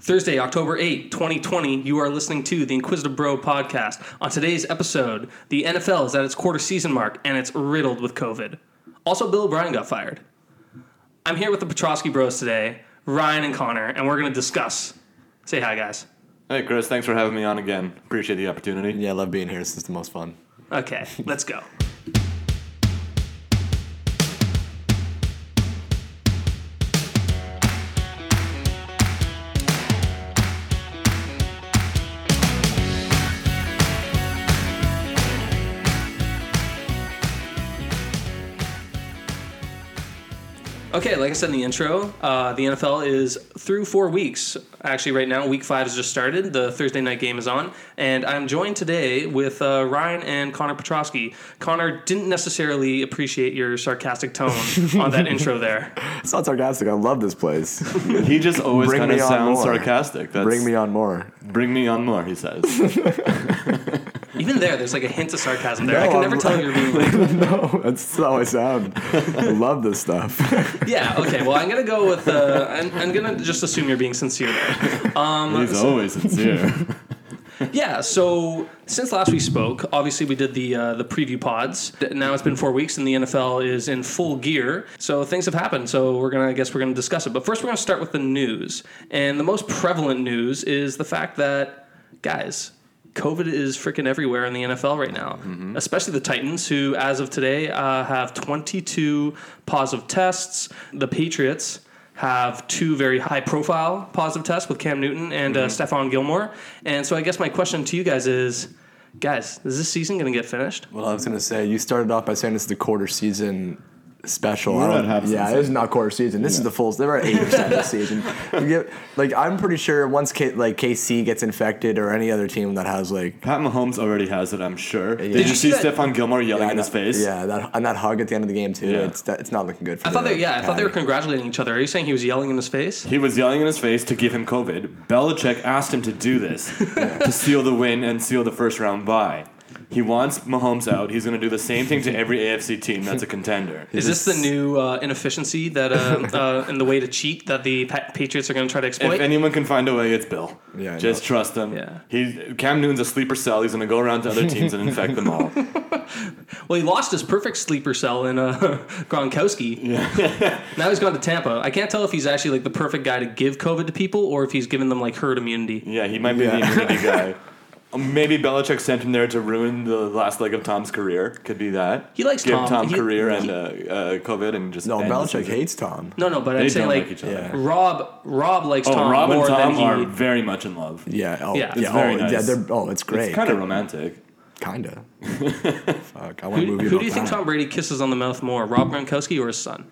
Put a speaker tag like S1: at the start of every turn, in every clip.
S1: Thursday, October 8, 2020, you are listening to the Inquisitive Bro podcast. On today's episode, the NFL is at its quarter season mark and it's riddled with COVID. Also, Bill O'Brien got fired. I'm here with the Petrosky Bros today, Ryan and Connor, and we're going to discuss. Say hi, guys.
S2: Hey, Chris, thanks for having me on again. Appreciate the opportunity.
S3: Yeah, I love being here. This is the most fun.
S1: Okay, let's go. Okay, like I said in the intro, uh, the NFL is through four weeks. Actually, right now, week five has just started. The Thursday night game is on. And I'm joined today with uh, Ryan and Connor Petrosky. Connor didn't necessarily appreciate your sarcastic tone on that intro there.
S3: It's not sarcastic. I love this place.
S2: He just always
S3: Bring
S2: kind of
S3: me on
S2: sounds
S3: more.
S2: sarcastic. That's,
S3: Bring me on more.
S2: bring me on more. He says.
S1: Even there, there's like a hint of sarcasm there. I
S3: No,
S1: can never
S3: I'm-
S1: tell you're being like,
S3: no, that's how I sound. I love this stuff.
S1: yeah, okay, well, I'm going to go with, uh, I'm, I'm going to just assume you're being sincere there.
S2: He's always sincere.
S1: Yeah. So since last we spoke, obviously we did the uh, the preview pods. Now it's been four weeks, and the NFL is in full gear. So things have happened. So we're gonna, I guess, we're gonna discuss it. But first, we're gonna start with the news, and the most prevalent news is the fact that guys. COVID is freaking everywhere in the NFL right now, especially the Titans, who, as of today, uh, have 22 positive tests. The Patriots have two very high profile positive tests with Cam Newton and uh,
S2: Mm-hmm.
S1: Stefan Gilmore. And so I guess my question to you guys is guys, is this season going to get finished?
S3: Well, I was gonna say you started off by saying this is the quarter season special. I
S2: at
S3: don't-
S2: half
S3: yeah,
S2: season.
S3: this is not quarter season. This is the full. They're at eighty percent this season. You get- like I'm pretty sure once K, like KC gets infected or any other team that has like
S2: Pat Mahomes already has it. I'm sure. Did,
S3: Did
S2: you
S3: you
S2: see
S1: that-
S2: Stephon Gilmore yelling in
S3: and
S2: his
S3: that-
S2: face?
S3: Yeah, that, and that hug at the end of the game too.
S2: Yeah.
S3: It's that, it's not looking good for.
S1: I thought
S3: the
S1: they, yeah, I thought they were
S3: Patty.
S1: congratulating each other. Are you saying he was yelling in his face?
S2: He was yelling in his face to give him COVID. Belichick asked him to do this to seal the win and seal the first round bye. He wants Mahomes out. He's going to do the same thing to every AFC team that's a contender.
S1: Is this the new uh, inefficiency that uh, uh, and the way to cheat that the pa- Patriots are going to try to exploit?
S2: If anyone can find a way, it's Bill.
S3: Yeah, I
S2: just trust him.
S1: Yeah.
S2: He Cam Newton's a sleeper cell. He's gonna go around to other teams and infect them all.
S1: well, he lost his perfect sleeper cell in uh, Gronkowski. now he's gone to Tampa. I can't tell if he's actually like the perfect guy to give COVID to people or if he's given them like herd immunity.
S2: Yeah, he might be the
S3: Yeah.
S2: immunity guy. Maybe Belichick sent him there to ruin the last leg of Tom's career. Could be that.
S1: He likes
S2: Give
S1: Tom. He-
S2: career
S1: he-
S2: and uh, uh, COVID and just
S3: No,
S2: end the
S3: Oh, Belichick
S2: season.
S3: hates Tom.
S1: No, no, but
S2: They
S1: I'm saying
S2: don't like,
S1: like
S2: each other.
S3: Yeah.
S1: Rob Rob likes
S2: Oh,
S1: Tom
S2: Rob and
S1: more
S2: Tom are
S1: than he.
S2: very much in love.
S3: Yeah. Oh,
S1: Yeah.
S3: yeah.
S1: It's
S2: very
S3: oh, yeah.
S2: nice.
S3: They're, oh, it's great.
S2: It's kind of romantic.
S3: Kinda. Fuck. I want a
S1: Who,
S3: movie.
S1: who
S3: about
S1: do you think
S3: that.
S1: Tom Brady kisses on the mouth more, Rob Gronkowski or his son?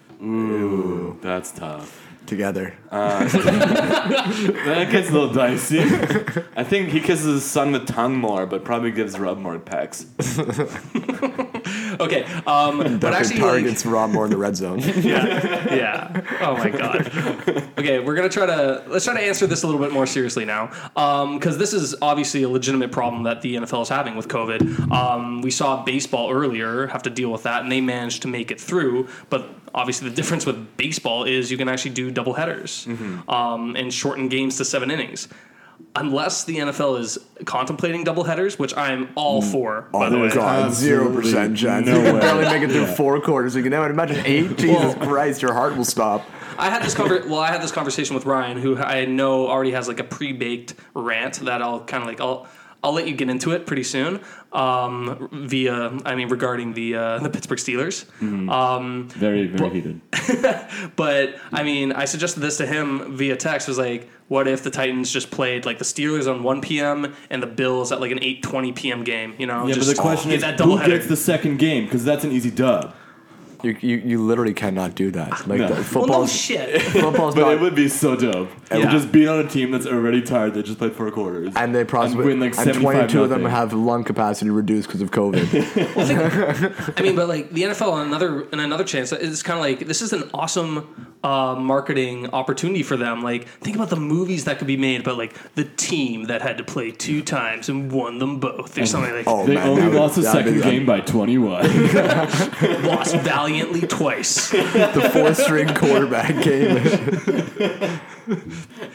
S2: That's tough.
S3: Together.
S2: That gets a little dicey. I think he kisses his son with tongue more, but probably gives Rob more pecks.
S1: Okay, um, but
S3: Duncan
S1: actually, like,
S3: targets Rob more in the red zone.
S1: yeah, yeah. Oh my god. Okay, we're gonna try to let's try to answer this a little bit more seriously now, because this is obviously a legitimate problem that the NFL is having with COVID. Um, we saw baseball earlier have to deal with that, and they managed to make it through. But obviously, the difference with baseball is you can actually do double headers
S3: Mm-hmm.
S1: um, and shorten games to seven innings. Unless the NFL is contemplating double headers, which I'm all for. by the way.
S3: Oh God, zero percent chance.
S2: no
S3: you can
S2: way.
S3: barely make it through four quarters. You can never imagine eight. Jesus Christ, your heart will stop.
S1: I had this conver- well, I had this conversation with Ryan, who I know already has like a pre-baked rant that I'll kind of like I'll I'll let you get into it pretty soon. Um, via I mean regarding the uh, the Pittsburgh Steelers,
S2: Very, very heated.
S1: but I mean I suggested this to him via text was like, what if the Titans just played like the Steelers on 1 p.m. and the Bills at like an 8:20 p.m. game? You know,
S2: Yeah,
S1: just
S2: but the question
S1: get
S2: is,
S1: that
S2: who
S1: doubleheader.
S2: gets the second game? Because that's an easy dub.
S3: You, you, you literally cannot do that. Like
S1: Ah,
S2: No.
S3: the
S1: well, no
S3: football's
S1: shit.
S3: football's
S2: But
S3: not.
S2: it would be so dope. And
S1: Yeah.
S2: just beat on a team that's already tired. They just played four quarters.
S3: and they
S2: and
S3: probably
S2: win like
S3: and
S2: 75
S3: 22 of them
S2: nothing.
S3: have lung capacity reduced because of COVID.
S1: I mean, but like the NFL on another and another chance, it's kind of like this is an awesome uh, marketing opportunity for them. Like, think about the movies that could be made about like the team that had to play two times and won them both, or something like
S3: Oh
S2: They
S3: man,
S2: only
S3: that would-
S2: lost the
S3: that'd
S2: second
S3: be-
S2: game by 21.
S1: lost valiantly twice.
S3: The fourth string quarterback game.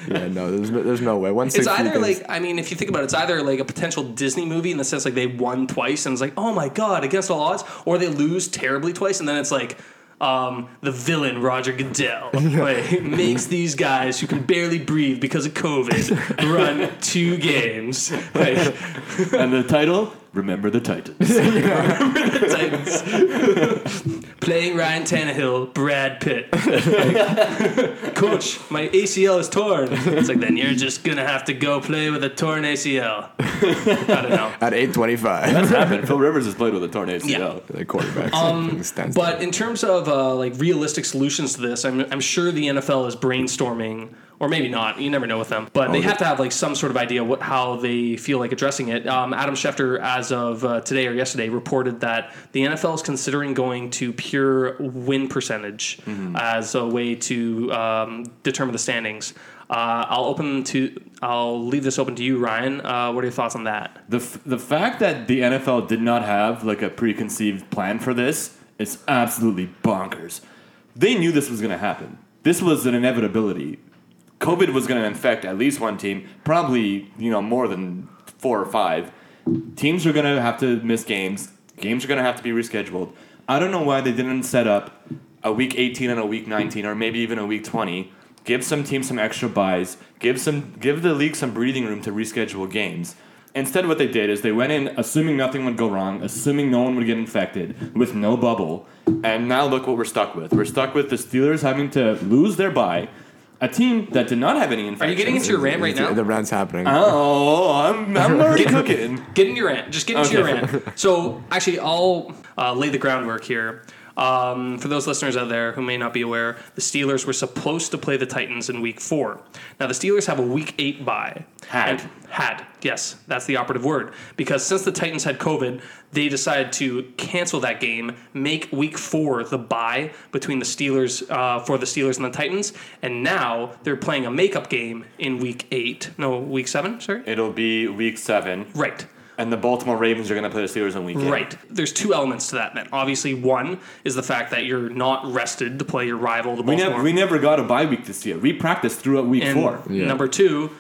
S3: Yeah, no, there's no, there's no way. One
S1: It's
S3: six
S1: either
S3: weekends-
S1: like I mean, if you think about it, it's either like a potential Disney movie in the sense like they won twice and it's like, oh my god, against all odds, or they lose terribly twice and then it's like um, the villain Roger Goodell like, makes these guys who can barely breathe because of COVID run two games. Like,
S2: and the title, Remember the Titans.
S1: Titans. Playing Ryan Tannehill, Brad Pitt. Like, Coach, my ACL is torn. It's like, then you're just going to have to go play with a torn ACL. I don't know.
S3: at eight twenty five.
S2: That's happened. Phil Rivers has played with a torn ACL.
S3: the quarterback.
S2: Um,
S3: stands
S1: But in terms of uh, like realistic solutions to this, I'm, I'm sure the NFL is brainstorming, or maybe not. You never know with them, but they have to have like some sort of idea what how they feel like addressing it. Um, Adam Schefter, as of uh, today or yesterday, reported that the NFL is considering going to pure win percentage as a way to um, determine the standings. Uh, I'll open to. I'll leave this open to you, Ryan. Uh, what are your thoughts on that?
S2: The, f- the fact that the NFL did not have like a preconceived plan for this is absolutely bonkers. They knew this was going to happen. This was an inevitability. COVID was going to infect at least one team, probably you know more than four or five. Teams are going to have to miss games. Games are going to have to be rescheduled. I don't know why they didn't set up a week 18 and a week 19, or maybe even a week 20. Give some teams some extra buys. Give some give the league some breathing room to reschedule games. Instead, what they did is they went in assuming nothing would go wrong, assuming no one would get infected, with no bubble, and now look what we're stuck with. We're stuck with the Steelers having to lose their bye, a team that did not have any
S1: Are
S2: infections.
S1: you getting into your rant right now?
S3: The round's happening.
S2: Oh, I'm, I'm already cooking.
S1: Get into your rant. Just get into
S2: Okay.
S1: your rant. So, actually, I'll uh, lay the groundwork here. Um, for those listeners out there who may not be aware, the Steelers were supposed to play the Titans in Week Four. Now, the Steelers have a Week Eight bye.
S2: Had.
S1: And- had. Yes, that's the operative word. Because since the Titans had COVID, they decided to cancel that game, make Week Four the bye between the Steelers uh, for the Steelers and the Titans, and now they're playing a makeup game in Week Eight. No, Week Seven. Sorry.
S2: It'll be week seven,
S1: Right.
S2: and the Baltimore Ravens are going to play the Steelers on week eight.
S1: Right. There's two elements to that then. Obviously, one is the fact that you're not rested to play your rival, the
S2: We,
S1: Baltimore.
S2: never we never got a bye week this year. We practiced throughout week
S1: and
S2: four.
S3: Yeah.
S1: number two,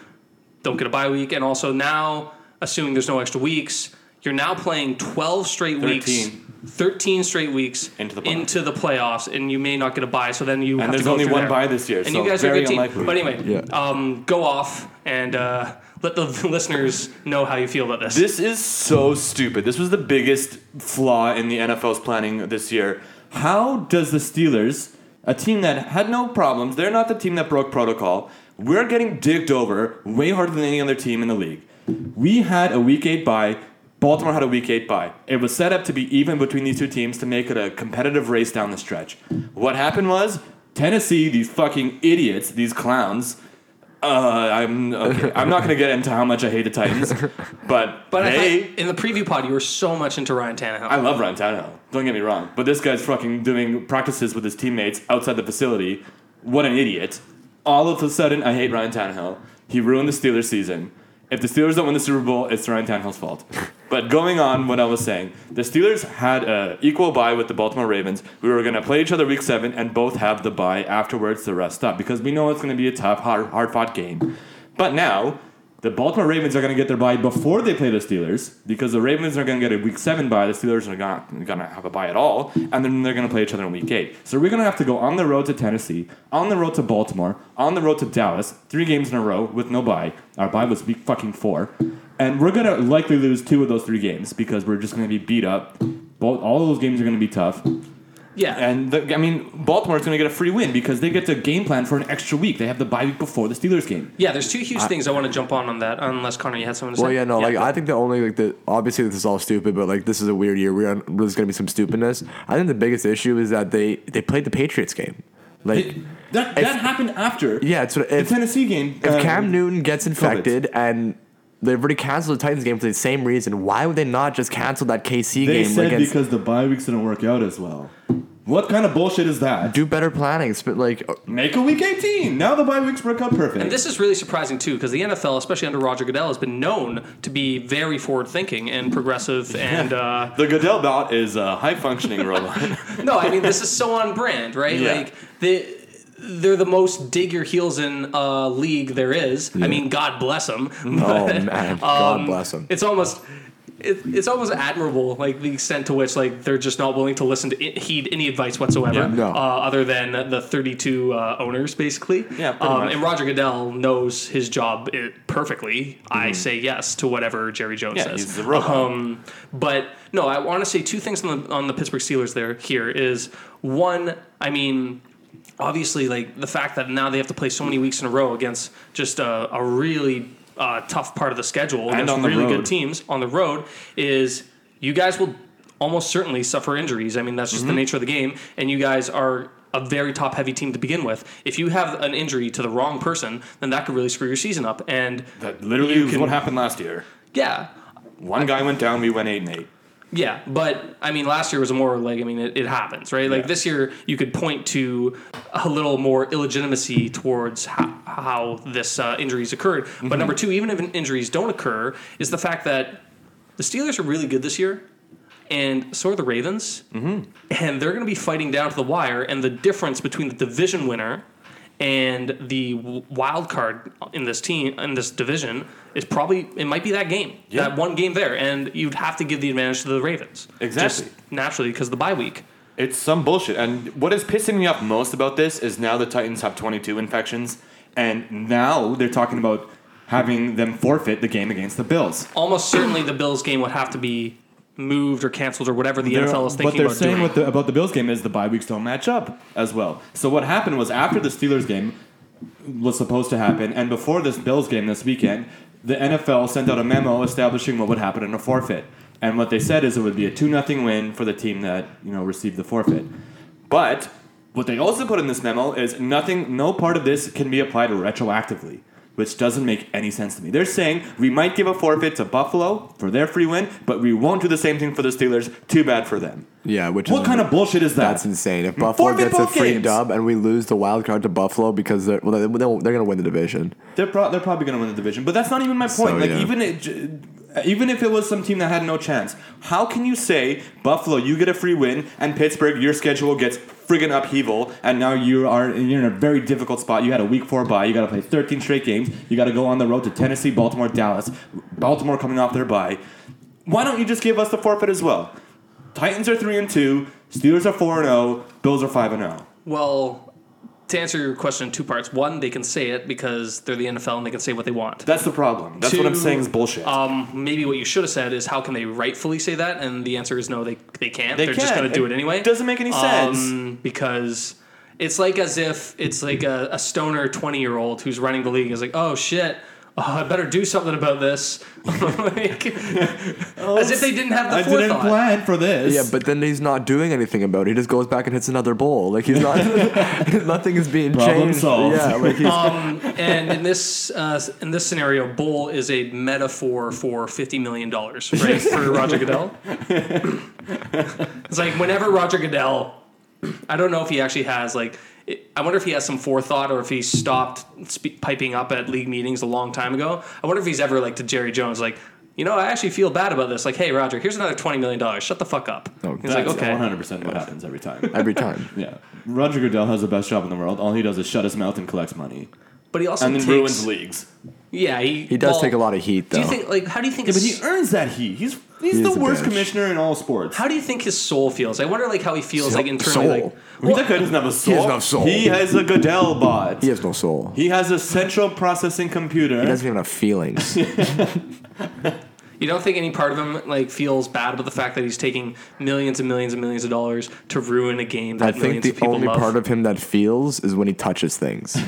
S1: don't get a bye week. And also now, assuming there's no extra weeks, you're now playing 12 straight weeks,
S2: 13.
S1: 13 straight weeks
S2: Into the playoffs.
S1: into the playoffs, and you may not get a bye. So then you have
S2: And
S1: to
S2: there's
S1: go
S2: only
S1: through
S2: one
S1: there.
S2: bye this year,
S1: and
S2: so
S1: you guys are a
S2: very
S1: good team.
S2: unlikely.
S1: But anyway,
S3: Yeah.
S1: um, go off and uh, let the listeners know how you feel about this.
S2: This is so stupid. This was the biggest flaw in the NFL's planning this year. How does the Steelers, a team that had no problems, they're not the team that broke protocol. We're getting digged over way harder than any other team in the league. We had a week eight bye. Baltimore had a week eight bye. It was set up to be even between these two teams to make it a competitive race down the stretch. What happened was Tennessee, these fucking idiots, these clowns. Uh, I'm okay. I'm not gonna get into how much I hate the Titans, but
S1: but
S2: they,
S1: I thought in the preview pod, you were so much into Ryan Tannehill.
S2: I love Ryan Tannehill. Don't get me wrong, but this guy's fucking doing practices with his teammates outside the facility. What an idiot! All of a sudden, I hate Ryan Tannehill. He ruined the Steelers season. If the Steelers don't win the Super Bowl, it's Ryan Tannehill's fault. but going on what I was saying, the Steelers had an equal bye with the Baltimore Ravens. We were going to play each other week seven and both have the bye afterwards to rest up because we know it's going to be a tough, hard, hard-fought game. But now the Baltimore Ravens are going to get their bye before they play the Steelers because the Ravens are going to get a Week Seven bye. The Steelers are not going to have a bye at all, and then they're going to play each other in Week Eight. So we're going to have to go on the road to Tennessee, on the road to Baltimore, on the road to Dallas, three games in a row with no bye. Our bye was Week fucking four, and we're going to likely lose two of those three games because we're just going to be beat up. Both, all of those games are going to be tough.
S1: yeah.
S2: And the, I mean, Baltimore's going to get a free win because they get to game plan for an extra week. They have the bye week before the Steelers game.
S1: Yeah, there's two huge things I want to jump on on that. Unless Connor, you had something to say.
S3: Well, yeah, no, like
S1: go.
S3: I think the only like the obviously this is all stupid, but like this is a weird year. We're on, there's gonna be some stupidness. I think the biggest issue is that they they played the Patriots game. Like,
S2: It- that
S3: If-
S2: that happened after
S3: yeah, it's
S2: the
S3: if,
S2: Tennessee game.
S3: if
S2: um,
S3: Cam Newton gets infected and they've already canceled the Titans game for the same reason, why would they not just cancel that KC
S2: they
S3: game
S2: said
S3: against?
S2: because the bye weeks didn't work out as well. What kind of bullshit is that?
S3: do better planning, but like
S2: Make a week 18. Now the bye weeks work out perfect.
S1: And this is really surprising too, because the NFL, especially under Roger Goodell, has been known to be very forward-thinking and progressive. And uh,
S2: the Goodell bot is a high functioning robot.
S1: no, I mean this is so on brand, right?
S2: Yeah.
S1: Like the they're the most dig your heels in uh, league there is. I mean, God bless them.
S3: Oh
S2: Um,
S3: man, God bless them.
S1: It's almost. It, it's almost admirable, like the extent to which like they're just not willing to listen to it, heed any advice whatsoever,
S2: Yeah.
S3: No.
S1: uh, other than the 32 uh, owners, basically.
S2: Yeah, pretty
S1: um,
S2: much.
S1: and Roger Goodell knows his job it perfectly. I say yes to whatever Jerry Jones
S2: Yeah,
S1: says.
S2: he's the robot.
S1: Um, but no, I want to say two things on the on the Pittsburgh Steelers. There here is one. I mean, obviously, like the fact that now they have to play so many weeks in a row against just a, a really uh, tough part of the schedule against
S2: on the
S1: really
S2: road.
S1: good teams on the road is you guys will almost certainly suffer injuries. I mean, that's
S2: Mm-hmm.
S1: just the nature of the game, and you guys are. A very top heavy team to begin with. If you have an injury to the wrong person, then that could really screw your season up. And
S2: That literally
S1: You
S2: was
S1: can-
S2: what happened last year.
S1: yeah,
S2: One guy went down, we went eight and eight.
S1: Yeah, but I mean, last year was more like I mean, it, it happens, right? Like
S2: Yeah.
S1: this year, you could point to a little more illegitimacy towards how, how this uh, injuries occurred. But number two, even if injuries don't occur, is the fact that the Steelers are really good this year, and so are the Ravens,
S2: Mm-hmm.
S1: and they're going to be fighting down to the wire. And the difference between the division winner and the w- wild card in this team in this division is probably it might be that game,
S2: Yeah.
S1: that one game there, and you'd have to give the advantage to the Ravens
S2: Exactly.
S1: just naturally because the bye week.
S2: It's some bullshit. And what is pissing me off most about this is now the Titans have 22 infections, and now they're talking about having them forfeit the game against the Bills.
S1: Almost certainly, the Bills game would have to be moved or canceled or whatever the
S2: They're-
S1: NFL is
S2: what
S1: thinking
S2: they're
S1: about
S2: saying
S1: doing.
S2: with the, about the Bills game is the bye weeks don't match up as well. So what happened was after the Steelers game was supposed to happen, and before this Bills game this weekend, the NFL sent out a memo establishing what would happen in a forfeit. And what they said is it would be a two 0 win for the team that you know received the forfeit. But what they also put in this memo is nothing, no part of this can be applied retroactively, which doesn't make any sense to me. They're saying we might give a forfeit to Buffalo for their free win, but we won't do the same thing for the Steelers. Too bad for them.
S3: Yeah, which
S2: What
S3: is,
S2: kind of bullshit is that?
S3: that's insane. If Buffalo
S2: Forfeit
S3: gets a
S2: both
S3: free
S2: games.
S3: dub and we lose the wild card to Buffalo because they're well, they, they're going to win the division.
S2: They're, pro- they're probably going to win the division, but that's not even my point. like
S3: yeah.
S2: even it, j- even if it was some team that had no chance, how can you say Buffalo you get a free win and Pittsburgh your schedule gets friggin' upheaval and now you are you're in a very difficult spot. You had a week four bye. You got to play 13 straight games. You got to go on the road to Tennessee, Baltimore, Dallas. Baltimore coming off their bye. Why don't you just give us the forfeit as well? Titans are three and two. Steelers are four and zero. Bills are five and oh. zero.
S1: well, to answer your question in two parts, one, they can say it because they're the NFL and they can say what they want.
S2: That's the problem. That's what I'm
S1: Two,
S2: saying is bullshit.
S1: Um, maybe what you should have said is how can they rightfully say that? And the answer is no, they they can't.
S2: They
S1: are just
S2: can't.
S1: going to do
S2: It
S1: it anyway.
S2: doesn't make any sense.
S1: Um, because it's like as if it's like a, a stoner twenty year old who's running the league is like, oh shit. oh, I better do something about this. Like, as if they didn't have the
S2: I
S1: forethought.
S2: didn't plan for this.
S3: Yeah, but then he's not doing anything about it. He just goes back and hits another bowl. Like he's not. nothing is being
S2: Problem
S3: changed.
S2: solved.
S3: Yeah, like he's,
S1: Um, and in this uh, in this scenario, bull is a metaphor for fifty million dollars, right? For Roger Goodell. it's like whenever Roger Goodell, I don't know if he actually has like. it- I wonder if he has some forethought or if he stopped spe- piping up at league meetings a long time ago. I wonder if he's ever like to Jerry Jones, like, you know, I actually feel bad about this. Like, hey, Roger, here's another $20 million. Shut the fuck up.
S3: Oh,
S1: he's like,
S2: That's
S1: okay.
S2: 100% what happens every time.
S3: every time.
S2: yeah. Roger Goodell has the best job in the world. All he does is shut his mouth and collects money.
S1: But he also
S2: And then
S1: takes,
S2: ruins leagues.
S1: Yeah, he,
S3: He does take a lot of heat though.
S1: Do you think, like, how do you think
S2: But
S1: his-
S2: he earns that heat. He's, he's
S3: He
S2: the
S3: is a
S2: worst
S3: bitch.
S2: commissioner in all sports.
S1: How do you think his soul feels? I wonder, like, how he feels,
S3: Soul-
S1: like internally.
S3: soul.
S1: Like,
S2: that guy doesn't have a soul.
S3: has no soul.
S2: He has a Goodell bot.
S3: he has no soul. He
S2: He has a central processing computer.
S3: doesn't even have feelings.
S1: you don't think any part of him like feels bad about the fact that he's taking millions and millions and millions of dollars to ruin a game that
S3: I think
S1: millions
S3: the
S1: of people
S3: only
S1: love?
S3: part of him that feels is when he touches things. I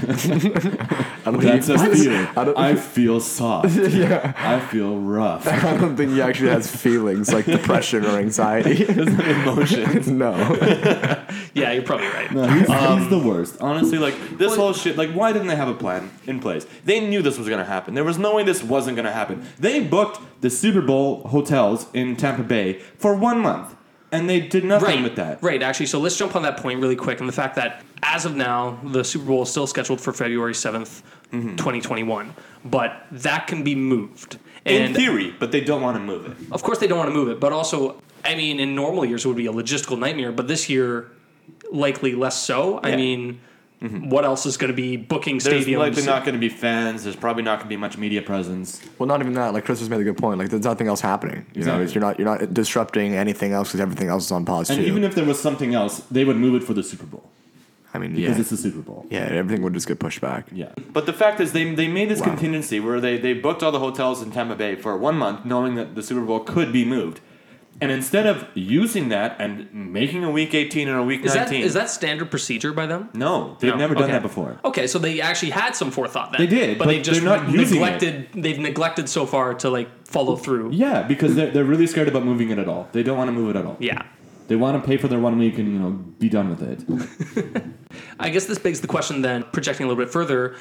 S3: don't
S2: That's a
S3: think he-
S2: feeling.
S3: I don't-
S2: I feel soft. I feel rough.
S3: I don't think he actually has feelings like depression or anxiety.
S2: Emotions.
S3: no.
S1: yeah, you're probably right.
S2: He's, he's the worst. Um, Honestly, like this whole shit. Like, why didn't they have a plan in place? They knew this was gonna happen. There was no way this wasn't gonna happen. They booked the Super Bowl hotels in Tampa Bay for one month, and they did nothing
S1: Right.
S2: with that.
S1: Right, actually. So let's jump on that point really quick and the fact that as of now, the Super Bowl is still scheduled for February 7th,
S3: Mm-hmm.
S1: 2021. But that can be moved.
S2: In
S1: And
S2: theory, but they don't want to move it.
S1: of course they don't want to move it, but also, I mean, in normal years it would be a logistical nightmare, but this year likely less so. I
S2: Yeah. Mm-hmm.
S1: mean, What else is going to be booking
S2: There's
S1: stadiums?
S2: likely not going to be fans. There's probably not going to be much media presence.
S3: Well, not even that. Like Chris has made a good point. Like there's nothing else happening. You
S2: Exactly.
S3: know, it's- you're not you're not disrupting anything else because everything else is on pause
S2: And
S3: too.
S2: even if there was something else, they would move it for the Super Bowl
S3: I mean,
S2: because
S3: yeah,
S2: it's the Super Bowl.
S3: yeah, everything would just get pushed back.
S2: Yeah. But the fact is, they, they made this
S3: Wow.
S2: contingency where they, they booked all the hotels in Tampa Bay for one month, knowing that the Super Bowl could be moved. And instead of using that and making a week 18 or a week
S1: Is that
S2: 19,
S1: is that standard procedure by them?
S2: no, they've
S1: No.
S2: never done
S1: Okay.
S2: that before.
S1: Okay, so they actually had some forethought then.
S2: They did,
S1: but,
S2: but
S1: they just
S2: they're not using it.
S1: neglected. They've neglected so far to like follow through.
S2: Yeah, because they're, they're really scared about moving it at all. They don't want to move it at all.
S1: Yeah.
S2: They want to pay for their one week and you know be done with it.
S1: I guess this begs the question then, projecting a little bit further.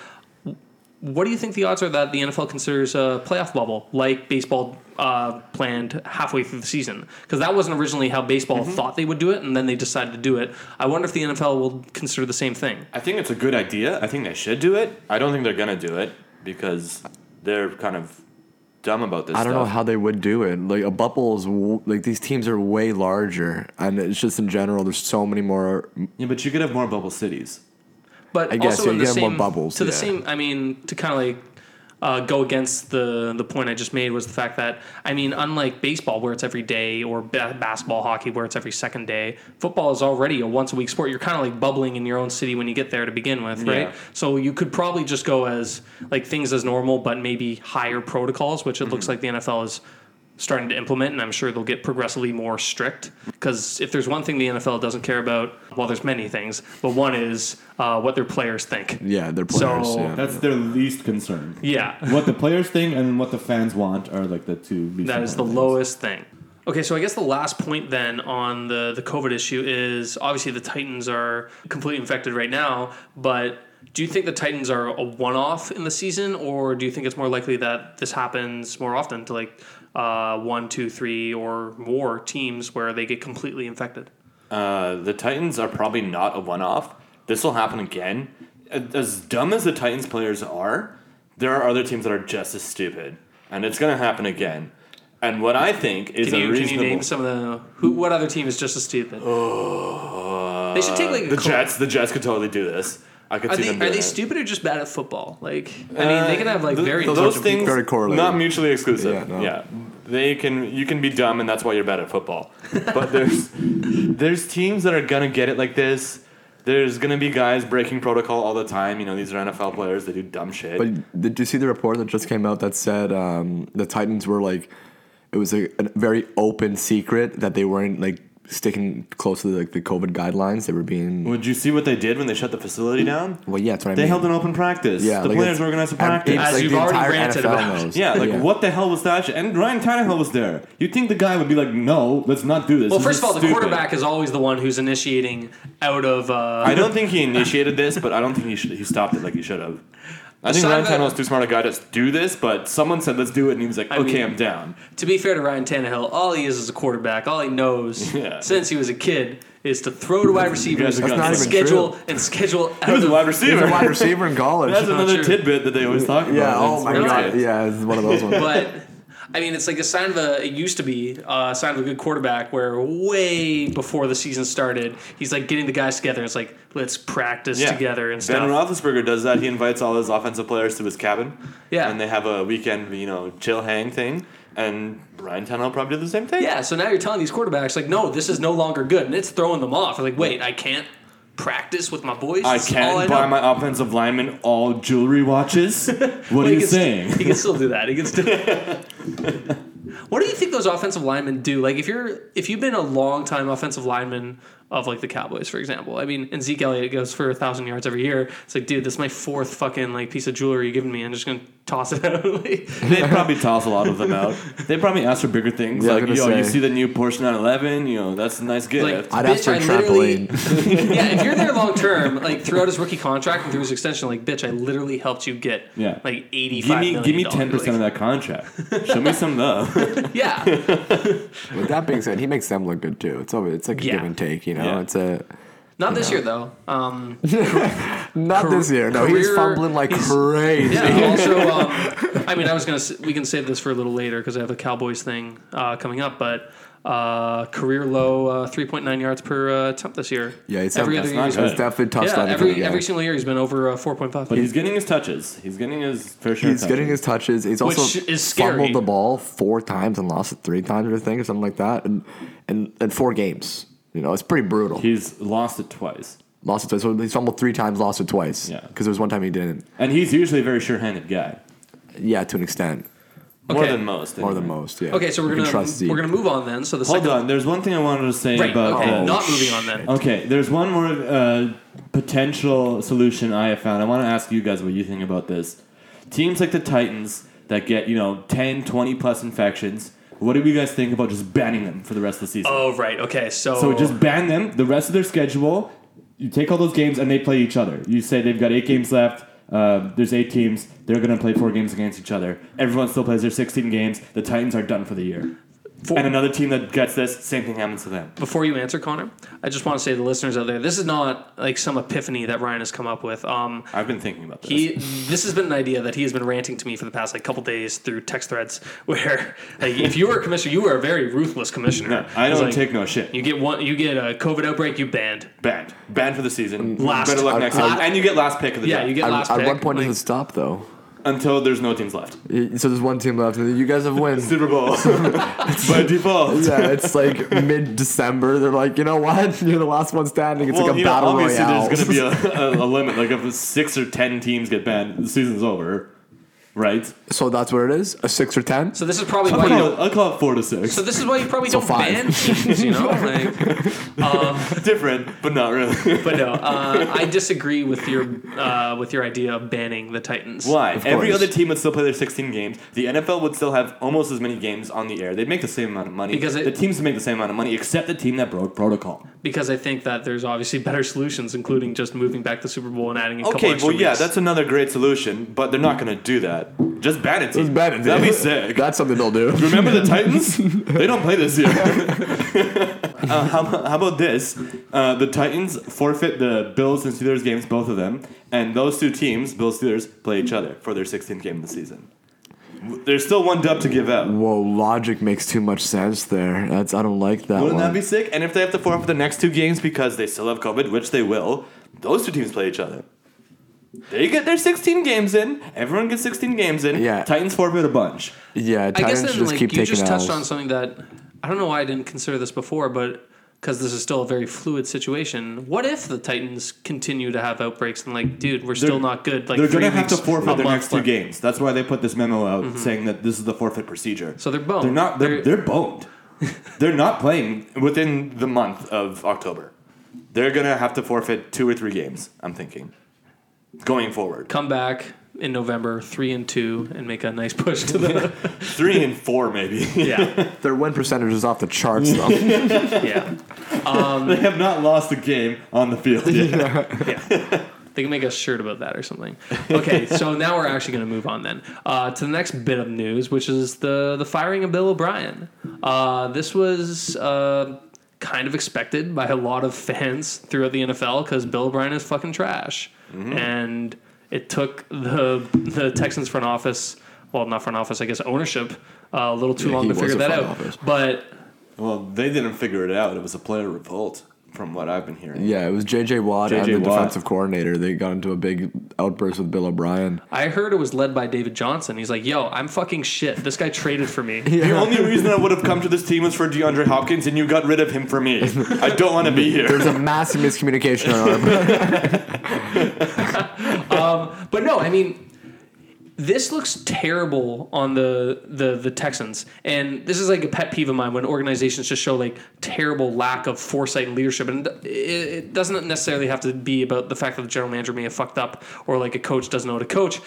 S1: What do you think the odds are that the NFL considers a playoff bubble like baseball uh, planned halfway through the season? Because that wasn't originally how baseball thought they would do it, and then they decided to do it. I wonder if the NFL will consider the same thing.
S2: I think it's a good idea. I think they should do it. I don't think they're gonna do it because they're kind of dumb about this.
S3: I don't know how they would do it. Like a bubble is w- like these teams are way larger, and it's just in general. There's so many more.
S2: Yeah, but you could have more bubble cities.
S1: But
S3: I guess,
S1: also in
S3: yeah, you
S1: the
S3: have more
S1: same-
S3: bubbles,
S1: To the
S3: yeah.
S1: same, I mean, to kind of like uh, go against the the point I just made was the fact that I mean, unlike baseball where it's every day or ba- basketball, hockey where it's every second day, football is already a once a week sport. You're kind of like bubbling in your own city when you get there to begin with,
S2: Yeah.
S1: right? So you could probably just go as like things as normal, but maybe higher protocols, which it looks like the NFL is starting to implement, and I'm sure they'll get progressively more strict. Because if there's one thing the NFL doesn't care about, well, there's many things, but one is uh, what their players think.
S3: Yeah, they're players.
S1: So,
S3: yeah.
S2: That's their least concern.
S1: Yeah,
S2: What the players think and what the fans want are like the two. least
S1: that is the
S2: important things.
S1: lowest thing. Okay, so I guess the last point then on the the COVID issue is obviously the Titans are completely infected right now, but. Do you think the Titans are a one-off in the season, or do you think it's more likely that this happens more often to like uh, one, two, three, or more teams where they get completely infected?
S2: Uh, the Titans are probably not a one-off. This will happen again. As dumb as the Titans players are, there are other teams that are just as stupid, and it's gonna happen again. And what I think is
S1: Can
S2: a
S1: you, can you
S2: reasonable.
S1: name some of the who? What other team is just as stupid? they should take like a
S2: Oh, Uh, the
S1: co-
S2: Jets, the Jets could totally do this. I could
S1: Are
S2: see
S1: they
S2: them.
S1: are
S2: doing
S1: they
S2: it.
S1: stupid or just bad at football? Like I mean, they can have like
S2: Uh, Th-
S1: very
S2: those
S1: intelligent
S2: things
S1: people.
S3: Very correlated.
S2: not mutually exclusive. Yeah,
S3: Yeah, no.
S2: they can you can be dumb and that's why you're bad at football. But there's there's teams that are gonna get it like this. There's gonna be guys breaking protocol all the time. You know these are NFL players. They do dumb shit.
S3: But did you see the report that just came out that said um, the Titans were like, it was a, a very open secret that they weren't like sticking close to like the COVID guidelines. They were being
S2: Would you see what they did when they shut the facility down?
S3: well, yeah, that's what I
S2: They
S3: mean.
S2: held an open practice.
S3: yeah,
S2: the
S3: like,
S2: players
S3: it's-
S2: organized a
S3: and
S2: practice.
S3: It's
S1: As
S3: like
S1: you've
S3: the
S1: already
S3: entire
S1: ranted
S3: NFL
S1: about.
S3: knows.
S2: yeah, like what the hell was that? shit? And Ryan Tannehill was there. You'd think the guy would be like, "No, let's not do this."
S1: Well,
S2: This
S1: first
S2: is
S1: of all, the
S2: stupid."
S1: quarterback is always the one who's initiating out of. Uh,
S2: I don't think he initiated this, but I don't think he should, he stopped it like he should have. I think
S1: Aside
S2: Ryan
S1: that-
S2: Tannehill's too smart a guy to do this, but someone said let's do it, and he was like, "Okay,
S1: mean-
S2: I'm down."
S1: to be fair to Ryan Tannehill, all he is is a quarterback. All he knows
S2: Yeah.
S1: since he was a kid is to throw to wide receivers
S2: That's
S1: and
S2: not even
S1: schedule and schedule out
S2: He was a
S1: of-
S2: wide
S3: He was
S2: receiver.
S3: a wide receiver in college.
S2: That's another
S1: true.
S2: tidbit that they always talk about.
S3: yeah. Oh
S2: It's
S3: my
S2: really
S3: god.
S2: good.
S3: Yeah, it's one of those ones.
S1: but I mean, it's like a sign of a. It used to be uh, a sign of a good quarterback, where way before the season started, he's like getting the guys together. It's like let's practice
S2: Yeah.
S1: together and
S2: Ben
S1: stuff.
S2: Roethlisberger does that. He invites all his offensive players to his cabin.
S1: Yeah.
S2: And they have a weekend, you know, chill hang thing. And Ryan Tannehill probably did the same thing.
S1: yeah, so now you're telling these quarterbacks like, no, this is no longer good, and it's throwing them off. They're like, wait, I can't practice with my boys.
S2: I
S1: This is all
S2: can't buy
S1: know."
S2: my offensive lineman all jewelry watches. What are
S1: He
S2: you
S1: can st-
S2: saying?
S1: he can still do that. He can still. what do you think those offensive linemen do? Like, if you're if you've been a long time offensive lineman of like the Cowboys, for example. I mean, and Zeke Elliott goes for a thousand yards every year. It's like, dude, this is my fourth fucking like piece of jewelry you're giving me. I'm just gonna toss it out. Like,
S2: They probably toss a lot of them out. They probably ask for bigger things,
S3: Yeah, I was
S2: like yo,
S3: gonna
S2: you
S3: say.
S2: see the new Porsche 911, you know that's a nice
S1: like
S2: gift.
S3: I'd ask
S1: bitch,
S3: for a
S1: I literally- yeah, if you're there long term, like throughout his rookie contract and through his extension, like, bitch, I literally helped you get
S2: Yeah.
S1: like eighty
S2: give
S1: five.
S2: me give me 10 percent of that contract. Show me some love.
S1: Yeah.
S3: With that being said, he makes them look good too. It's always it's like a
S1: Yeah.
S3: give and take. You know,
S2: Yeah.
S3: it's a
S1: Not this year though. Um,
S3: not this year. No, he's
S1: career-
S3: fumbling like
S1: he's-
S3: crazy.
S1: Yeah. Also, um, I mean, I was gonna. s- We can save this for a little later because I have a Cowboys thing uh, coming up. But uh, career low uh, three point nine yards per uh, attempt this year.
S3: Yeah, it's
S1: every
S3: not-
S1: other year.
S2: that's
S1: he's
S2: not
S1: been-
S3: It's definitely tough
S1: Yeah,
S3: stuff.
S1: every every single year he's been over uh, four point five.
S2: But he's getting his touches. He's getting his fair share. of
S3: He's getting
S2: touches.
S3: his touches. He's
S1: Which
S3: also
S1: is scary.
S3: fumbled the ball four times and lost it three times or thing or something like that, and and, and four games. You know, it's pretty brutal.
S2: He's lost it twice,
S3: lost it twice. So he's fumbled three times, lost it twice.
S2: Yeah.
S3: because there was one time he didn't.
S2: and he's usually a very sure-handed guy,
S3: Yeah, to an extent,
S2: more
S1: Okay.
S2: than most.
S3: more than
S2: anyway.
S3: most. Yeah.
S1: Okay, so we're
S3: You
S1: gonna
S3: can trust Zeke.
S1: we're gonna move on then. So the
S2: Hold
S1: second
S2: on. There's one thing I wanted to say
S1: right,
S2: about
S1: okay,
S2: the-
S1: not moving on then.
S2: Okay, there's one more uh, potential solution I have found. I want to ask you guys what you think about this. Teams like the Titans that get, you know, 10, 20 plus infections, what do you guys think about just banning them for the rest of the season?
S1: Oh right, okay, so
S2: So just ban them, the rest of their schedule, you take all those games and they play each other. You say they've got eight games left. Uh, there's eight teams. They're going to play four games against each other. Everyone still plays their 16 games. The Titans are done for the year.
S1: for-
S2: And another team that gets this, same thing happens to them.
S1: before you answer, Connor, I just want to say to the listeners out there, this is not like some epiphany that Ryan has come up with. Um,
S2: I've been thinking about this.
S1: he this has been an idea that he has been ranting to me for the past like couple days through text threads. Where like, if you were a commissioner, you were a very ruthless commissioner.
S2: No, I
S1: It's
S2: don't
S1: like,
S2: take no shit.
S1: You get one. You get a COVID outbreak. You banned.
S2: banned. Banned for the season.
S1: Mm. Last-
S2: Better luck
S1: I-
S2: next
S1: I-
S2: time. And you get last pick of the
S1: Yeah,
S2: draft.
S1: you get
S3: At,
S1: last.
S3: at
S1: pick.
S3: what point
S1: Like,
S3: does it stop though?
S2: until there's no teams left.
S3: Y- So there's one team left, and you guys have won.
S2: Super Bowl by default.
S3: yeah, it's like mid December. They're like, you know what? You're the last one standing. It's
S2: Well,
S3: like a
S2: you know,
S3: battle
S2: obviously
S3: royale.
S2: there's going to be a, a, a limit. Like if six or ten teams get banned, the season's over, right?
S3: so that's what it is. A six or ten.
S1: so this is probably
S2: I'll
S1: why. You,
S2: call, it, I'll call it four to six.
S1: so this is why you probably don't
S3: five.
S1: ban teams. You know, like.
S2: Different, but not really.
S1: But no, uh, I disagree with your uh, with your idea of banning the Titans.
S2: Why?
S3: Of
S2: Every
S3: course.
S2: other team would still play their 16 games. The NFL would still have almost as many games on the air. They'd make the same amount of money.
S1: Because it-
S2: the teams would make the same amount of money, except the team that broke protocol.
S1: Because I think that there's obviously better solutions, including just moving back the Super Bowl and adding a couple
S2: Okay,
S1: extra
S2: well, yeah,
S1: weeks.
S2: that's another great solution, but they're not going to do that. Just ban it.
S3: Just ban it,
S2: That'd be
S3: dude.
S2: sick.
S3: That's something they'll do.
S2: Remember the Titans? they don't play this year. uh, how, how about this? Uh, the Titans forfeit the Bills and Steelers games, both of them, and those two teams, Bills Steelers, play each other for their 16th game of the season. There's still one dub to give out.
S3: Whoa, logic makes too much sense there. That's I don't like that
S2: Wouldn't
S3: one.
S2: that be sick? And if they have to forfeit the next two games because they still have COVID, which they will, those two teams play each other. They get their 16 games in. Everyone gets 16 games in.
S3: Yeah.
S2: Titans forfeit a bunch.
S3: yeah,
S1: I guess
S3: Titans
S1: then
S3: should just
S1: like,
S3: keep
S1: you
S3: taking
S1: just touched on
S3: L's.
S1: something that I don't know why I didn't consider this before, but because this is still a very fluid situation. What if the Titans continue to have outbreaks and like, dude, we're still not good. Like
S2: They're
S1: three
S2: going to have to
S1: weeks, a
S2: forfeit their
S1: month
S2: next two
S1: left.
S2: games. That's why they put this memo out saying that this is the forfeit procedure.
S1: Mm-hmm. So they're boned.
S2: They're not. They're
S1: They're-
S2: they're, boned. they're not playing within the month of October. They're going to have to forfeit two or three games. I'm thinking, going forward,
S1: Come back in November, three and two, and make a nice push to the
S2: three and four maybe.
S1: yeah
S3: Their win percentage is off the charts though.
S1: yeah.
S2: they have not lost a game on the field yet.
S1: They can make a shirt about that or something. Okay, so now we're actually going to move on then uh, to the next bit of news, which is the the firing of Bill O'Brien. Uh, this was uh, kind of expected by a lot of fans throughout the NFL because Bill O'Brien is fucking trash,
S3: Mm-hmm.
S1: and it took the the Texans front office, well, not front office, I guess ownership, uh, a little too
S3: Yeah,
S1: long
S3: he
S1: to
S3: was
S1: figure
S3: the
S1: that
S3: front
S1: out.
S3: office.
S1: But
S2: well, they didn't figure it out. It was a player revolt, from what I've been hearing.
S3: yeah, it was JJ Watt
S2: J.J.
S3: and the
S2: Watt.
S3: defensive coordinator. They got into a big outburst with Bill O'Brien.
S1: I heard it was led by David Johnson. He's like, "Yo, I'm fucking shit. This guy traded for me."
S2: The only reason I would have come to this team was for DeAndre Hopkins, and you got rid of him for me. I don't want to be here.
S3: There's a massive miscommunication on our
S1: But no, I mean, this looks terrible on the, the the Texans, and this is like a pet peeve of mine when organizations just show like terrible lack of foresight and leadership, and it, it doesn't necessarily have to be about the fact that the general manager may have fucked up or like a coach doesn't know how to coach.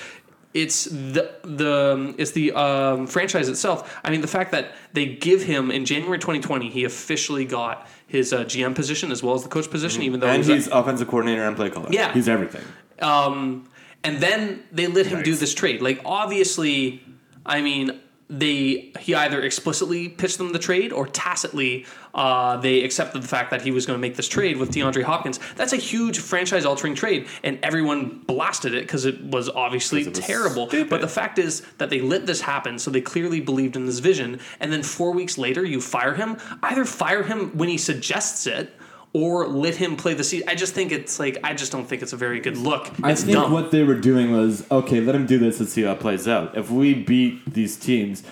S1: It's the the um, it's the um, franchise itself. I mean, the fact that they give him in January 2020, he officially got his uh, GM position as well as the coach position, even though
S2: Mm-hmm. And
S1: he was-
S2: he's offensive coordinator and play caller.
S1: Yeah.
S2: he's everything.
S1: Um, and then they let him do this trade. Like, obviously, I mean, they he either explicitly pitched them the trade or tacitly uh, they accepted the fact that he was going to make this trade with DeAndre Hopkins. That's a huge franchise altering trade, and everyone blasted it because it was obviously
S2: it was
S1: terrible.
S2: stupid.
S1: But the fact is that they let this happen, so they clearly believed in this vision. And then four weeks later, you fire him. Either fire him when he suggests it. Or let him play the season. I just think it's like I just don't think it's a very good look.
S2: I
S1: It's
S2: think
S1: dumb.
S2: what they were doing was okay. Let him do this and see how it plays out. If we beat these teams,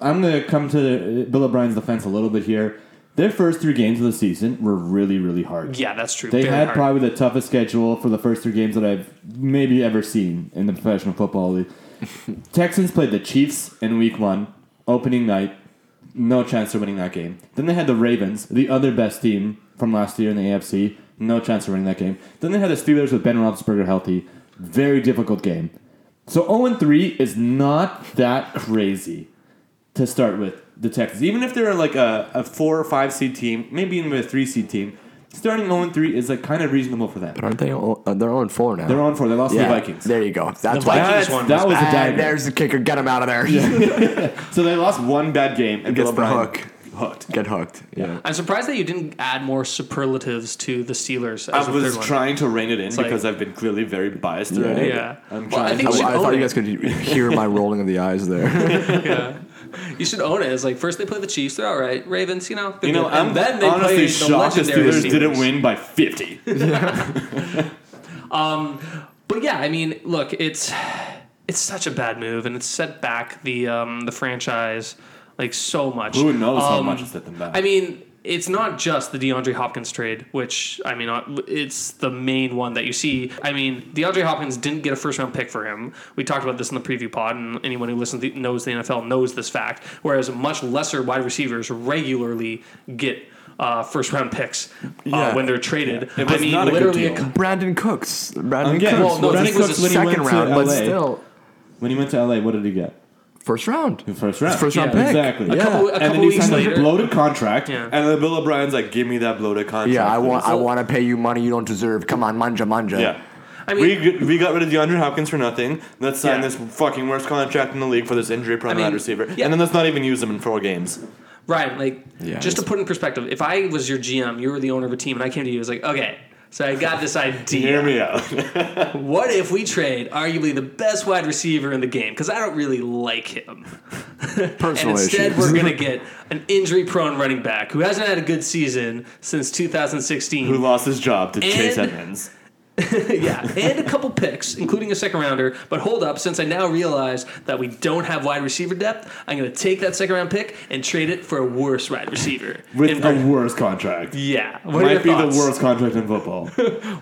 S2: I'm gonna come to Bill O'Brien's defense a little bit here. Their first three games of the season were really, really hard.
S1: yeah, that's true.
S2: They
S1: Very
S2: had
S1: hard.
S2: probably the toughest schedule for the first three games that I've maybe ever seen in the professional football league. Texans played the Chiefs in week one, opening night. No chance of winning that game. Then they had the Ravens, the other best team from last year in the AFC. No chance of winning that game. Then they had the Steelers with Ben Roethlisberger healthy. Very difficult game. So 0 3 is not that crazy to start with the Texans. Even if they're like a, a four or five seed team, maybe even a three seed team, starting 0 3 is like kind of reasonable for them.
S3: But aren't they? All, uh, they're on four now.
S2: They're on four. They lost to the Vikings.
S3: There you go. That's
S1: The
S3: why.
S1: Vikings
S2: That's-
S1: one
S2: that was a
S3: Ah,
S2: dagger.
S3: there's the kicker. Get him out of there.
S2: So they lost one bad game and
S3: Gets
S2: Bill
S3: the
S2: O'Brien
S3: hook.
S2: hooked.
S3: Get hooked. Yeah.
S1: I'm surprised that you didn't add more superlatives to the Steelers. As
S2: I
S1: a
S2: was
S1: third one.
S2: trying to rein it in
S1: like-
S2: because I've been clearly very biased already.
S1: Yeah.
S2: I'm
S1: Well, I
S2: trying.
S1: think
S3: I,
S1: you should
S3: I thought
S1: own
S3: you guys could hear my rolling of the eyes there.
S1: it. You should own it. It's like first they play the Chiefs, they're all right. Ravens, you know,
S2: You know,
S1: and
S2: I'm
S1: then they play
S2: honestly shocked the
S1: legendary
S2: Steelers didn't win by 50.
S1: But yeah, I mean, look, it's it's such a bad move, and it's set back the um, the franchise like so much.
S2: Who knows how
S1: Um,
S2: much it's set them back?
S1: I mean, it's not just the DeAndre Hopkins trade, which I mean, uh, it's the main one that you see. I mean, DeAndre Hopkins didn't get a first round pick for him. We talked about this in the preview pod, and anyone who listens to, knows the NFL knows this fact. Whereas much lesser wide receivers regularly get uh, first round picks uh,
S3: Yeah.
S1: when they're traded.
S2: It was
S1: I mean,
S2: not a good
S1: literally,
S2: deal.
S1: cou-
S3: Brandon Cooks. Brandon
S2: Again,
S3: Cooks.
S1: well, no,
S3: was
S1: I think it was
S2: when he
S3: second
S2: went to
S3: round, but
S2: LA.
S3: still
S2: When he went to LA, what did he get?
S3: first round.
S2: First round.
S3: first round
S1: Yeah,
S3: pick.
S2: Exactly.
S3: Yeah.
S1: couple- a
S2: and then he
S1: weeks
S2: signed
S1: later-
S2: a bloated contract,
S1: Yeah.
S2: and then Bill O'Brien's like, "Give me that bloated contract."
S3: yeah, I want.
S2: please."
S3: I want to pay you money you don't deserve. Come on, manja, manja.
S2: Yeah.
S1: I mean-
S2: we, g- we got rid of DeAndre Hopkins for nothing. Let's sign
S1: Yeah.
S2: this fucking worst contract in the league for this injury prone
S1: I mean,
S2: wide receiver,
S1: yeah.
S2: and then let's not even use him in four games.
S1: Right, like
S3: Yeah,
S1: just to
S3: it's-
S1: put in perspective, if I was your GM, you were the owner of a team, and I came to you, I was like, okay, so I got this
S2: Hear
S1: idea.
S2: me out.
S1: What if we trade arguably the best wide receiver in the game? Because I don't really like him, and
S3: Personal
S1: instead
S3: issues.
S1: we're gonna get an injury-prone running back who hasn't had a good season since 2016.
S2: Who lost his job to Chase
S1: And-
S2: Edmonds?
S1: yeah, and a couple picks, including a second rounder. But hold up, since I now realize that we don't have wide receiver depth, I'm gonna take that second round pick and trade it for a worse wide receiver. And
S2: With
S1: bring-
S2: a worse contract.
S1: yeah, what are your
S2: Might be
S1: thoughts?
S2: the worst contract in football.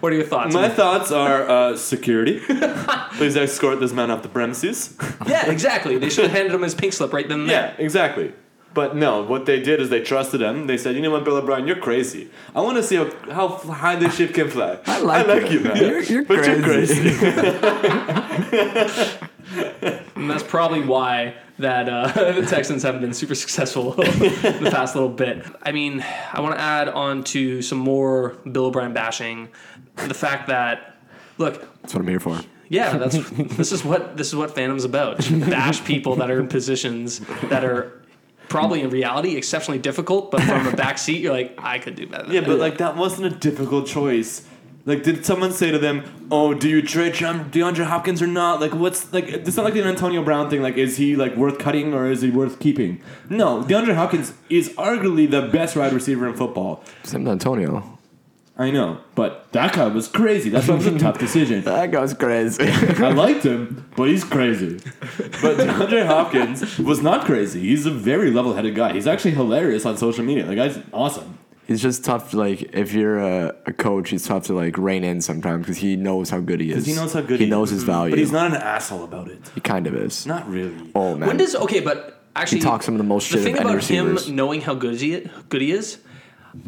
S1: What are your thoughts?
S2: My thoughts are uh, security. Please escort this man off the premises.
S1: Yeah, exactly. They should have handed him his pink slip right then and there.
S2: Yeah, exactly. But no, what they did is they trusted him. They said, "You know what, Bill O'Brien, you're crazy. I want to see how, how high this ship can fly. I
S3: like
S2: you,
S3: you.
S2: man.
S3: You're- you're
S2: but you're
S3: crazy."
S2: crazy.
S1: And that's probably why that uh, the Texans haven't been super successful in the past little bit. I mean, I want to add on to some more Bill O'Brien bashing. The fact that, look,
S3: That's what I'm here for.
S1: yeah, that's this is what this is what Phantom's about. Bash people that are in positions that are probably in reality exceptionally difficult, but from the back seat, you're like, I could do better. Than
S2: Yeah,
S1: that.
S2: but like that wasn't a difficult choice. Like, did someone say to them, "Oh, do you trade John, DeAndre Hopkins or not?" Like, what's like? It's not like the Antonio Brown thing. Like, is he like worth cutting or is he worth keeping? No, DeAndre Hopkins is arguably the best wide receiver in football.
S3: Sam Antonio.
S2: I know, but that guy was crazy. That's why it was a tough decision.
S3: That goes crazy.
S2: I liked him, but he's crazy. But DeAndre Hopkins was not crazy. He's a very level-headed guy. He's actually hilarious on social media. The guy's awesome.
S3: He's just tough. Like if you're a, a coach, he's tough to like rein in sometimes because he knows how good he is.
S2: he knows how good
S3: he
S2: he
S3: knows
S2: is. Mm-hmm.
S3: his value.
S2: But he's not an asshole about it.
S3: He kind of is.
S2: Not really.
S3: Oh man.
S1: When does okay, but actually,
S3: He talks some of the most shit of
S1: thing
S3: any
S1: about
S3: receivers.
S1: him knowing how good he good he is,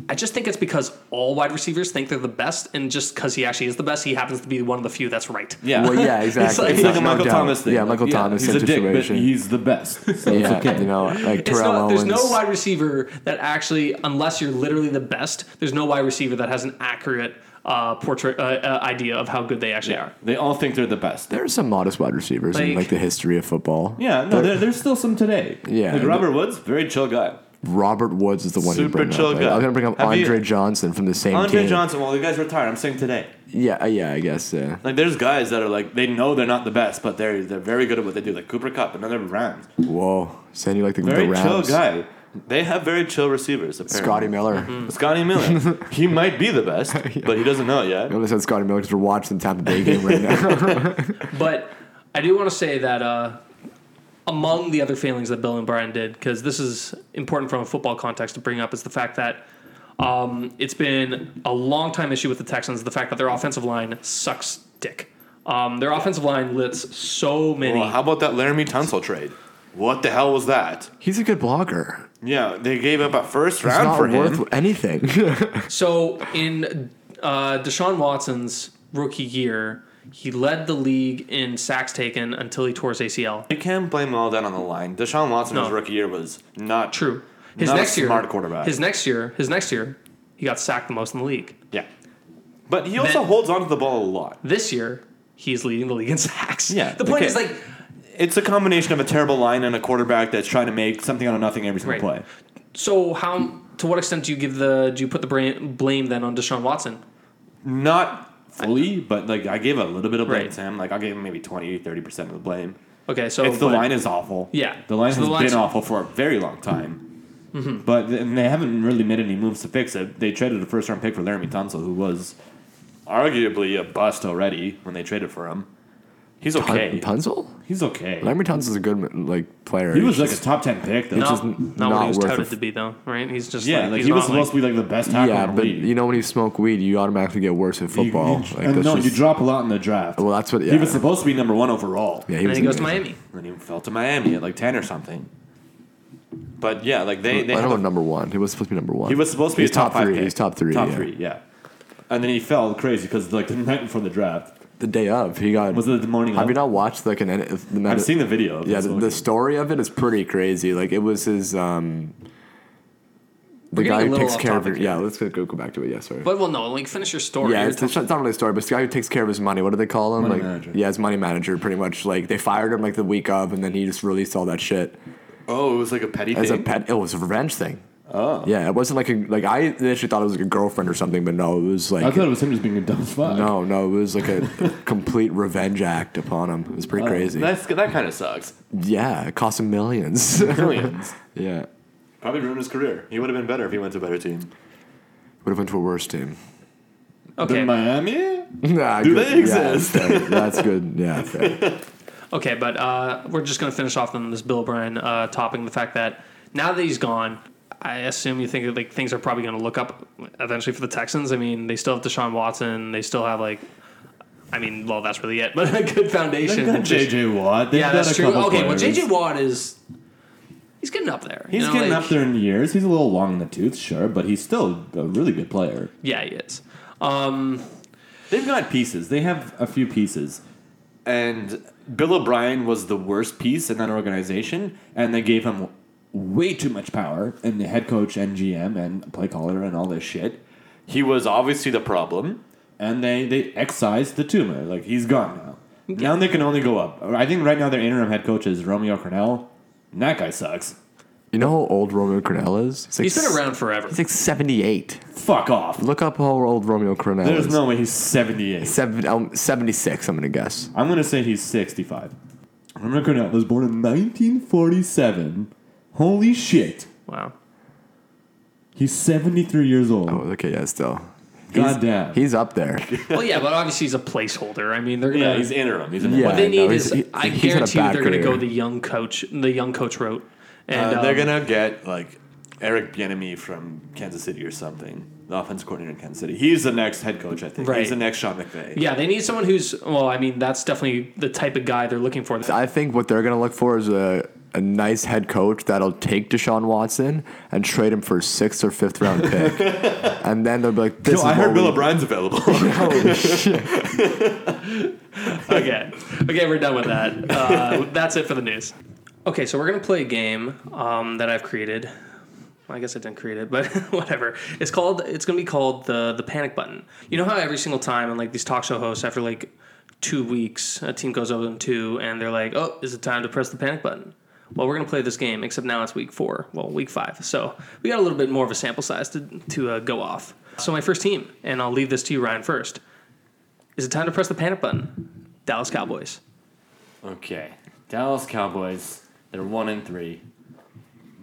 S1: I just think it's because all wide receivers think they're the best, and just because he actually is the best, he happens to be one of the few that's right.
S2: Yeah.
S3: well, yeah, exactly.
S1: like-
S2: It's like a
S3: No
S2: Michael
S3: doubt.
S2: Thomas thing.
S3: Yeah, Michael Thomas
S2: He's a dick, but
S3: situation.
S2: he's the best. So it's
S3: yeah,
S2: okay.
S3: you know, like
S1: It's
S3: Terrell
S1: not,
S3: Owens.
S1: there's no wide receiver that actually, unless you're literally the best, there's no wide receiver that has an accurate uh, portrait uh, uh, idea of how good they actually are.
S2: They all think they're the best.
S3: There are some modest wide receivers in
S1: Like-
S3: like the history of football.
S2: yeah, no, there, there's still some today.
S3: Yeah,
S2: Like
S3: and-
S2: Robert Woods, very chill guy.
S3: Robert Woods is the one you
S2: Super
S3: bring up.
S2: chill
S3: Like,
S2: guy.
S3: I'm gonna bring up
S2: Have you-
S3: Andre Johnson from the same
S2: Andre
S3: team.
S2: Johnson, well, the guy's retired. I'm saying today.
S3: Yeah, uh, yeah, I guess. Yeah.
S2: Like, there's guys that are like, they know they're not the best, but they're, they're very good at what they do. Like Cooper Cup, another round.
S3: Whoa, saying you like the,
S2: Very
S3: the
S2: chill
S3: Rams.
S2: guy. They have very chill receivers, apparently.
S3: Scotty Miller.
S2: Scotty Miller. he might be the best, but he doesn't know it yet.
S3: I only said Scotty Miller because we're watching the Tampa Bay game right now.
S1: But I do want to say that uh, among the other failings that Bill and Brian did, because this is important from a football context to bring up, is the fact that um, it's been a long time issue with the Texans. The fact that their offensive line sucks dick. Um, their offensive line lets so many.
S2: Well, how about that Laramie Tunsil trade? What the hell was that?
S3: He's a good blocker.
S2: Yeah, they gave up a first
S3: It's
S2: round
S3: not
S2: for
S3: worth
S2: him.
S3: anything.
S1: So in uh, Deshaun Watson's rookie year, he led the league in sacks taken until he tore his ACL.
S2: You can't blame all that on the line. Deshaun Watson's
S1: No.
S2: rookie year was not
S1: True. His
S2: Not a
S1: next year,
S2: smart quarterback.
S1: His next year, his next year, he got sacked the most in the league.
S2: Yeah, but he also
S1: Then-
S2: holds onto the ball a lot.
S1: This year, he's leading the league in sacks.
S2: Yeah,
S1: The point
S2: okay.
S1: is like
S2: It's a combination of a terrible line and a quarterback that's trying to make something out of nothing every single
S1: Right.
S2: play.
S1: so how to what extent do you give the do you put the brain, blame then on Deshaun Watson?
S2: Not fully, but like I gave a little bit of blame
S1: Right.
S2: to him. Like I gave him maybe 20, 30 percent of the blame.
S1: Okay, so
S2: It's the
S1: but-
S2: line is awful.
S1: Yeah.
S2: the line
S1: So the
S2: has
S1: line's-
S2: been awful for a very long time.
S3: Mm-hmm.
S2: But th- and they haven't really made any moves to fix it. They traded a first round pick for Laramie Tunsil, who was arguably a bust already when they traded for him. He's okay.
S3: Tunzel?
S2: He's okay.
S3: Laramie Tunzel's a good like player.
S2: He was
S3: He's
S2: like a
S3: just-
S2: top ten pick. Though.
S1: No,
S3: just
S1: not, what
S3: not
S1: he was
S3: worth
S1: touted
S3: it.
S1: to be though, right? He's just
S2: yeah,
S1: like,
S2: like
S1: he's
S2: he was
S1: not,
S2: supposed to be like the best tackle
S3: yeah,
S2: in the
S3: but
S2: league.
S3: you know when you smoke weed, you automatically get worse at
S2: You-
S3: football.
S2: you-
S3: like
S2: and
S3: that's
S2: no,
S3: just-
S2: you drop a lot in the draft.
S3: Well, that's what. Yeah,
S2: He was supposed to be number one overall.
S3: yeah,
S1: and then he goes to
S3: amazing.
S1: Miami.
S2: And then he fell to Miami at like ten or something. But yeah, like they they
S3: I
S2: have
S3: don't
S2: a
S3: know number one. He was supposed to be number one.
S2: He was supposed to be
S3: He's
S2: a top, five
S3: three.
S2: pick.
S3: He's top three.
S2: Top
S3: yeah.
S2: three, yeah. And then he fell crazy because like the night before the draft
S3: The day of, he got.
S2: was it the morning.
S3: have
S2: of?
S3: you not watched like an? The, the,
S2: I've seen the video. of
S3: Yeah,
S2: this
S3: the,
S2: looking-
S3: the story of it is pretty crazy. Like it was his. um The
S1: getting a
S3: guy who
S1: little
S3: takes
S1: off
S3: care of
S1: topic
S3: your. Yeah, let's go, go back to it. Yeah, sorry.
S1: But well, no, like finish your story.
S3: Yeah,
S1: You're
S3: it's, it's not really a story, but it's the guy who takes care of his money. What do they call him?
S2: Money
S3: like,
S2: manager.
S3: Yeah, his money manager, pretty much. Like they fired him like the week of, and then he just released all that shit
S2: Oh, it was like a petty
S3: as a
S2: thing.
S3: pet. It was a revenge thing.
S2: oh,
S3: Yeah, it wasn't like a like I initially thought it was like a girlfriend or something, but no, it was
S2: I
S3: like
S2: thought it was him just being a dumb fuck.
S3: no, no, it was like a complete revenge act upon him. It was
S2: Oh,
S3: pretty crazy.
S2: That's that kind of sucks.
S3: Yeah, it cost him millions.
S2: Millions.
S3: yeah,
S2: Probably ruined his career. He would have been better if he went to a better team.
S3: would have went to a worse team.
S1: okay.
S2: Than Miami.
S3: Nah,
S2: Do
S3: good-
S2: they
S3: yeah,
S2: exist?
S3: fair. that's good. Yeah, fair.
S1: Okay, but uh, we're just going to finish off on this Bill O'Brien uh, topping the fact that now that he's gone, I assume you think that like things are probably going to look up eventually for the Texans. I mean, they still have Deshaun Watson. They still have like, I mean, well, that's really it, but a good foundation.
S2: They've got
S1: It's just-
S2: JJ Watt. They've
S1: yeah,
S2: got
S1: that's
S2: a
S1: true.
S2: couple
S1: Okay, well,
S2: players.
S1: JJ Watt is he's getting up there. you
S2: He's
S1: know,
S2: getting
S1: like-
S2: up there in years. He's a little long in the tooth, sure, but he's still a really good player.
S1: Yeah, he is. Um,
S2: They've got pieces. They have a few pieces. And Bill O'Brien was the worst piece in that organization, and they gave him way too much power in the head coach and GM and play caller and all this shit. He was obviously the problem, and they, they excised the tumor. Like, he's gone now. Now they can only go up. I think right now their interim head coach is Romeo Cornell. And that guy sucks.
S3: You know how old Romeo Cornell is? It's like
S1: he's been
S3: s-
S1: around forever.
S3: It's like seventy-eight.
S2: Fuck off.
S3: Look up how old Romeo Cornell
S2: There's
S3: is.
S2: no way he's 78.
S3: Seven, um, 76, I'm going to guess.
S2: I'm going to say he's 65. Romeo Cornell was born in 1947. Holy shit.
S1: Wow.
S2: He's 73 years old.
S3: Oh, okay, yeah, still.
S2: Goddamn.
S3: He's up there.
S1: Well, yeah, but obviously he's a placeholder. I mean, they're gonna.
S2: yeah, he's interim. He's interim.
S3: Yeah,
S1: What they need
S3: no, he's-
S1: is
S3: he-
S1: I
S3: he's had a
S1: guarantee you
S3: bad
S1: they're going to go
S3: career.
S1: the young coach, the young coach route, and
S2: Uh, they're
S1: um,
S2: gonna get like Eric Bieniemy from Kansas City or something, the offensive coordinator in Kansas City. He's the next head coach, I think.
S1: Right.
S2: He's the next Sean McVay.
S1: Yeah, they need someone who's well. I mean, that's definitely the type of guy they're looking for.
S3: I think what they're going to look for is a, a nice head coach that'll take Deshaun Watson and trade him for a sixth or fifth round pick. and then they'll be like,
S2: Yo,
S3: this is
S2: I
S3: what
S2: heard Bill
S3: we-
S2: O'Brien's available.
S3: Holy shit.
S1: okay, okay, we're done with that. Uh, that's it for the news. Okay, so we're gonna play a game um, that I've created. I guess I didn't create it, but whatever. It's called. It's gonna be called the the panic button. You know how every single time on like these talk show hosts, after like two weeks, a team goes over and two, and they're like, "Oh, is it time to press the panic button?" Well, we're gonna play this game, except now it's week four. Well, week five. So we got a little bit more of a sample size to to uh, go off. So my first team, and I'll leave this to you, Ryan. First, is it time to press the panic button? Dallas Cowboys.
S2: Okay. Dallas Cowboys, they're one and three.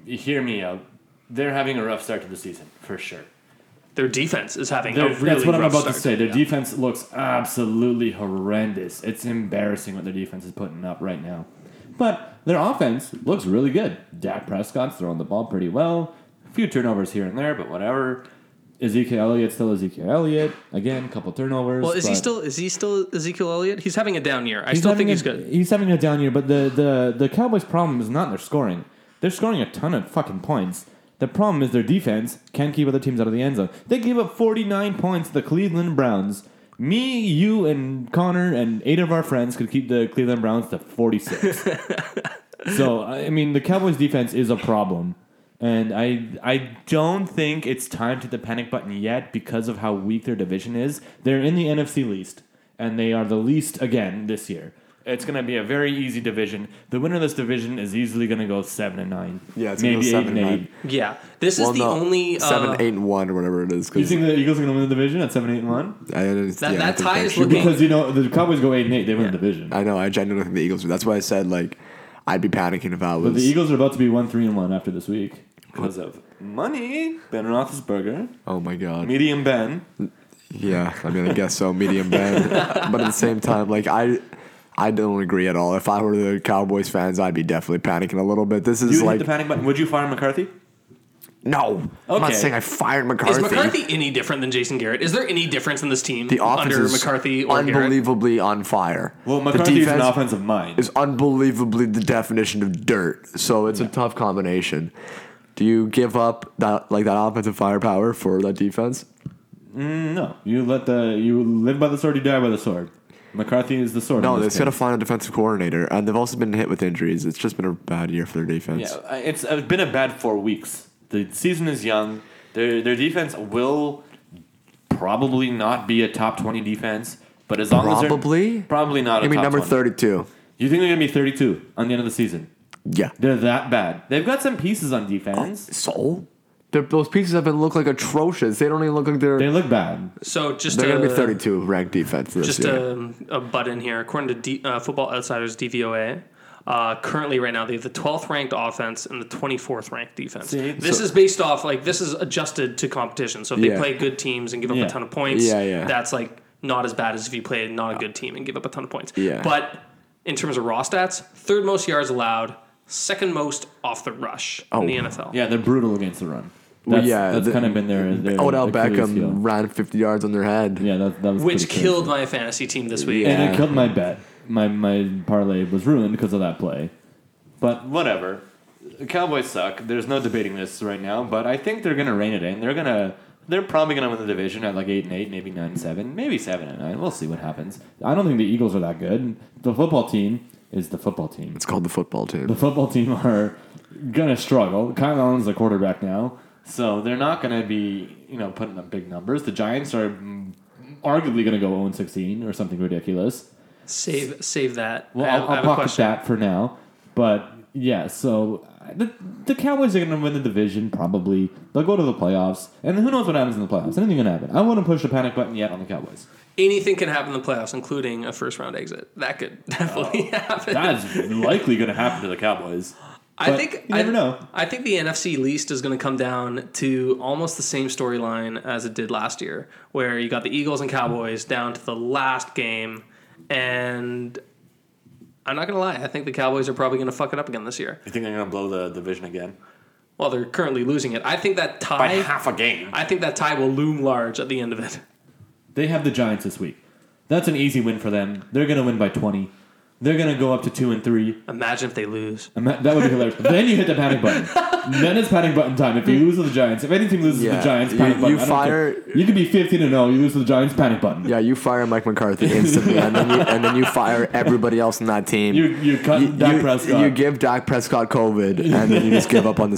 S2: You hear me out. They're having a rough start to the season, for sure.
S1: Their defense is having a
S2: Their-
S1: really
S2: that's what I'm
S1: rough
S2: about
S1: start.
S2: to say. Their
S1: Yeah.
S2: defense looks absolutely horrendous. It's embarrassing what their defense is putting up right now. But their offense looks really good. Dak Prescott's throwing the ball pretty well. A few turnovers here and there, but whatever. Ezekiel Elliott still Ezekiel Elliott. Again, couple turnovers.
S1: Well, is he
S2: but-
S1: still is he still Ezekiel Elliott? He's having a down year. I
S2: He's
S1: still think
S2: having
S1: he's
S2: a-
S1: good.
S2: He's having a down year, but the, the, the Cowboys' problem is not their scoring. They're scoring a ton of fucking points. The problem is their defense can't keep other teams out of the end zone. They gave up 49 points to the Cleveland Browns. Me, you, and Connor, and eight of our friends could keep the Cleveland Browns to 46. so, I I mean, the Cowboys' defense is a problem. And I, I don't think it's time to the panic button yet because of how weak their division is. They're in the NFC least, and they are the least again this year. It's going to be a very easy division. The winner of this division is easily going to go seven and nine.
S3: Yeah, it's gonna
S2: maybe
S3: go
S2: eight and
S3: seven and
S2: eight.
S3: nine.
S1: Yeah, this
S3: well,
S1: is the
S3: no,
S1: only uh,
S3: seven, eight, and one or whatever it is.
S2: You
S3: 'cause
S2: think the Eagles are going to win the division at seven, eight, and one?
S3: I didn't-
S1: That-
S3: yeah, I
S1: that
S3: think
S1: tie
S3: they
S1: is
S3: should
S1: looking-
S3: be.
S2: Because you know the Cowboys go eight and eight, they win the division.
S3: I know. I genuinely think the Eagles. That's why I said like I'd be panicking if I was.
S2: But the E- Eagles are about to be one, three, and one after this week because of money. Ben Roethlisberger,
S3: oh my god.
S2: medium Ben.
S3: Yeah, I mean, I guess so. Medium bad, but at the same time, like I, I don't agree at all. If I were the Cowboys fans, I'd be definitely panicking a little bit. This
S2: You
S3: is
S2: hit
S3: like
S2: the panic button. Would you fire McCarthy?
S3: no. I'm not
S2: Okay.
S3: saying I fired
S1: is
S3: McCarthy.
S1: McCarthy any different than Jason Garrett? Is there any difference in this team
S3: the offense
S1: under
S3: is
S1: McCarthy or Garrett?
S3: unbelievably on fire.
S2: Well,
S3: the
S2: McCarthy is
S3: defense
S2: an offensive mind.
S3: is unbelievably the definition of dirt. So it's a tough combination. Do you give up that like that offensive firepower for that defense?
S2: No, you let the you live by the sword, you die by the sword. McCarthy is the sword.
S3: No,
S2: in
S3: they've
S2: this
S3: got to
S2: case.
S3: find a defensive coordinator, and they've also been hit with injuries. It's just been a bad year for their defense.
S2: Yeah, I- it's, it's been a bad four weeks. The season is young. Their their defense will probably not be a top twenty defense, but as long as
S3: Probably?
S2: they're, probably not.
S3: I
S2: a
S3: mean,
S2: top
S3: number
S2: 20.
S3: thirty-two.
S2: You think they're gonna be thirty two on the end of the season?
S3: Yeah.
S2: They're that bad. They've got some pieces on defense.
S3: So? They're, those pieces have been look like atrocious. They don't even look like they're.
S2: They uh,
S3: They,
S2: look bad.
S1: So just
S3: are
S1: a,
S3: going to be 32 ranked defense this
S1: Just
S2: uh,
S3: year.
S1: a, a butt in here. According to D, uh, Football Outsiders DVOA, uh, currently right now they have the 12th ranked offense and the 24th ranked defense.
S2: See?
S1: this
S3: So-
S1: is based off like this is adjusted to competition. So if they
S3: Yeah.
S1: play good teams and give up
S2: Yeah.
S1: a ton of points,
S3: Yeah, yeah.
S1: that's like not as bad as if you play not a good team and give up a ton of points.
S3: Yeah.
S1: But in terms of raw stats, third most yards allowed, second most off the rush in the NFL.
S2: Oh. Yeah, they're brutal against the run. That's,
S3: Well, yeah,
S2: that's
S3: the-
S2: kind of been their, their
S3: Odell
S2: Achilles
S3: Beckham
S2: heel.
S3: ran 50 yards on their head.
S2: Yeah, that, that was
S1: Which
S2: pretty crazy.
S1: killed my fantasy team this week.
S3: Yeah.
S2: And it killed my bet. My my parlay was ruined because of that play. But whatever. The Cowboys suck. There's no debating this right now, but I think they're gonna rein it in. They're gonna they're probably gonna win the division at like eight and eight, maybe nine and seven, maybe seven and nine. We'll see what happens. I don't think the Eagles are that good. The football team is the football team.
S3: It's called the football
S2: The
S3: team.
S2: football team are gonna struggle. Kyle Allen's the quarterback now, so they're not gonna be you know putting up big numbers. The Giants are mm, arguably gonna go 0 16 or something ridiculous.
S1: Save save that.
S2: Well,
S1: I have-
S2: I'll,
S1: I
S2: I'll
S1: have a
S2: pocket
S1: question.
S2: that for now. But yeah, so uh, the, the Cowboys are going to win the division probably. They'll go to the playoffs, and who knows what happens in the playoffs? Anything can happen. I wouldn't push the panic button yet on the Cowboys.
S1: anything can happen in the playoffs, including a first round exit. That could definitely
S2: Oh.
S1: happen.
S2: That's likely going to happen to the Cowboys.
S1: I
S2: but
S1: think
S2: you never
S1: I,
S2: know.
S1: I think the NFC least is going to come down to almost the same storyline as it did last year, where you got the Eagles and Cowboys down to the last game, and I'm not going to lie, I think the Cowboys are probably going to fuck it up again this year.
S2: You think they're going to blow the division again
S1: Well, they're currently losing it. I think that tie.
S2: a game?
S1: I think that tie will loom large at the end of it.
S2: They have the Giants this week. That's an easy win for them. They're going to win by twenty. They're gonna go up to two and three.
S1: Imagine if they lose.
S2: And that that would be hilarious. then you hit the panic button. then it's panic button time. If you lose to the Giants, if any team loses to
S3: Yeah.
S2: the Giants,
S3: You-
S2: panic button.
S3: you
S2: I don't care.
S3: fire-
S2: You could be fifteen and zero. You lose to the Giants, panic button.
S3: Yeah, you fire Mike McCarthy instantly, and then you, and then you fire everybody else in that team.
S2: You you cut
S3: You-
S2: Dak
S3: you-
S2: Prescott.
S3: you give Dak Prescott COVID, and then you just give up on the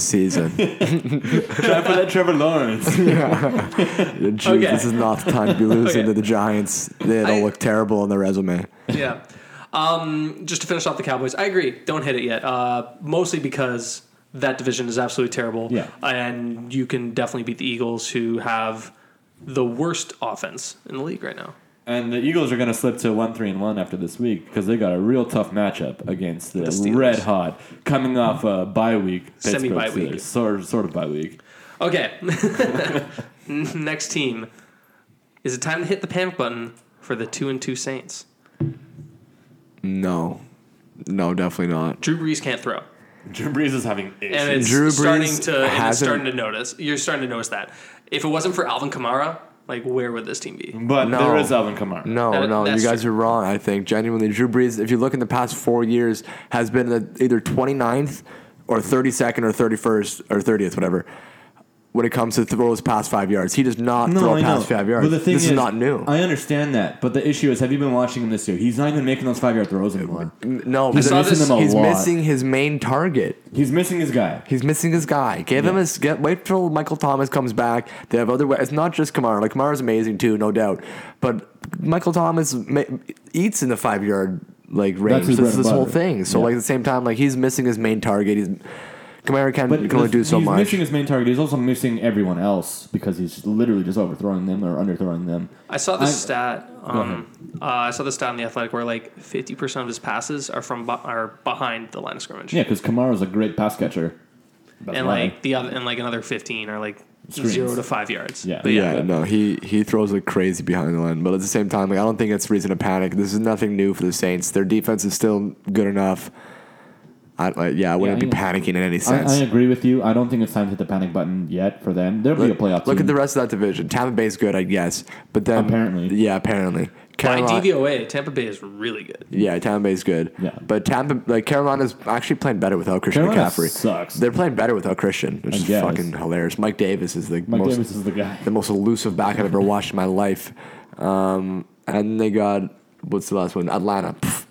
S3: season.
S2: Try for that Trevor Lawrence.
S3: Jeez,
S1: Okay.
S3: This is not the time to be losing
S1: Okay.
S3: to the Giants. They don't
S1: I-
S3: look terrible on their resume.
S1: yeah. Um, just to finish off the Cowboys, I agree. Don't hit it yet. Uh, mostly because that division is absolutely terrible.
S2: Yeah.
S1: And you can definitely beat the Eagles, who have the worst offense in the league right now.
S2: and the Eagles are gonna slip to one three and one after this week because they got a real tough matchup against the,
S1: Steelers.
S2: red hot coming off a bye week. Pittsburgh
S1: Semi-bye week.
S2: Steelers. Sort sort of bye week.
S1: Okay. Next team. Is it time to hit the panic button for the two and two Saints?
S3: No, no, definitely not.
S1: Drew Brees can't throw.
S2: Drew Brees is having issues.
S1: and it's
S3: Drew Brees
S1: starting to and it's
S3: hasn't-
S1: starting to notice. You're starting to notice that. If it wasn't for Alvin Kamara, like where would this team be?
S2: but
S3: No.
S2: there is Alvin Kamara.
S3: No,
S1: That-
S3: no, you
S1: that's
S3: guys
S1: true.
S3: are wrong. I think genuinely, Drew Brees. If you look in the past four years, has been the- either 29th or 32nd or 31st or 30th, whatever. When it comes to throws past five yards, he does not throw past five yards.
S2: But the thing
S3: this is, not new.
S2: I understand that, but the issue is, have you been watching him this year? He's not even making those five-yard throws anymore.
S3: no,
S2: He's
S3: he's,
S1: saw
S2: missing
S1: this-
S2: them a
S3: he's
S2: lot.
S3: missing his main target.
S2: He's missing his guy.
S3: He's missing his guy. Give him his. Get, wait till Michael Thomas comes back. They have other. wa- It's not just Kamara. Like Kamara's amazing too, no doubt. But Michael Thomas ma- eats in the five yard like
S2: his
S3: range. This is
S2: bread and
S3: this whole
S2: butter.
S3: thing. So
S2: Yeah.
S3: like at the same time, like he's missing his main target. He's Kamara can,
S2: But
S3: can only do
S2: he's
S3: so much.
S2: missing his main target. He's also missing everyone else because he's literally just overthrowing them or underthrowing them.
S1: I saw this
S2: I-
S1: stat. Um, uh, I saw this stat on the Athletic where like 50 percent of his passes are from bu- are behind the line of scrimmage,
S2: Yeah, because Kamara's a great pass catcher. That's
S1: and
S2: why.
S1: like the other and like another 15 are like
S2: Screens.
S1: zero to five yards.
S2: Yeah.
S1: but yeah,
S3: yeah, no, he he throws like crazy behind the line, but at the same time, like I don't think it's reason to panic. This is nothing new for the Saints. Their defense is still good enough. I, like, yeah, I wouldn't
S2: Yeah,
S3: be
S2: I-
S3: panicking in any
S2: I,
S3: sense.
S2: I agree with you. I don't think it's time to hit the panic button yet for them. There'll be a playoff. team.
S3: Look at the rest of that division. Tampa Bay's good, I guess, but then
S2: Apparently.
S3: yeah, apparently,
S1: by
S3: Carolina,
S1: DVOA, Tampa Bay is really good.
S3: yeah, Tampa Bay's good.
S2: Yeah.
S3: but Tampa, like Carolina's actually playing better without Christian
S2: Carolina
S3: McCaffrey.
S2: sucks.
S3: They're playing better without Christian, which is
S2: guess.
S3: fucking hilarious. Mike Davis is the
S2: Mike
S3: most
S2: Davis is the guy.
S3: the most elusive back I've ever watched in my life. Um, and they got what's the last one? Atlanta. Pff,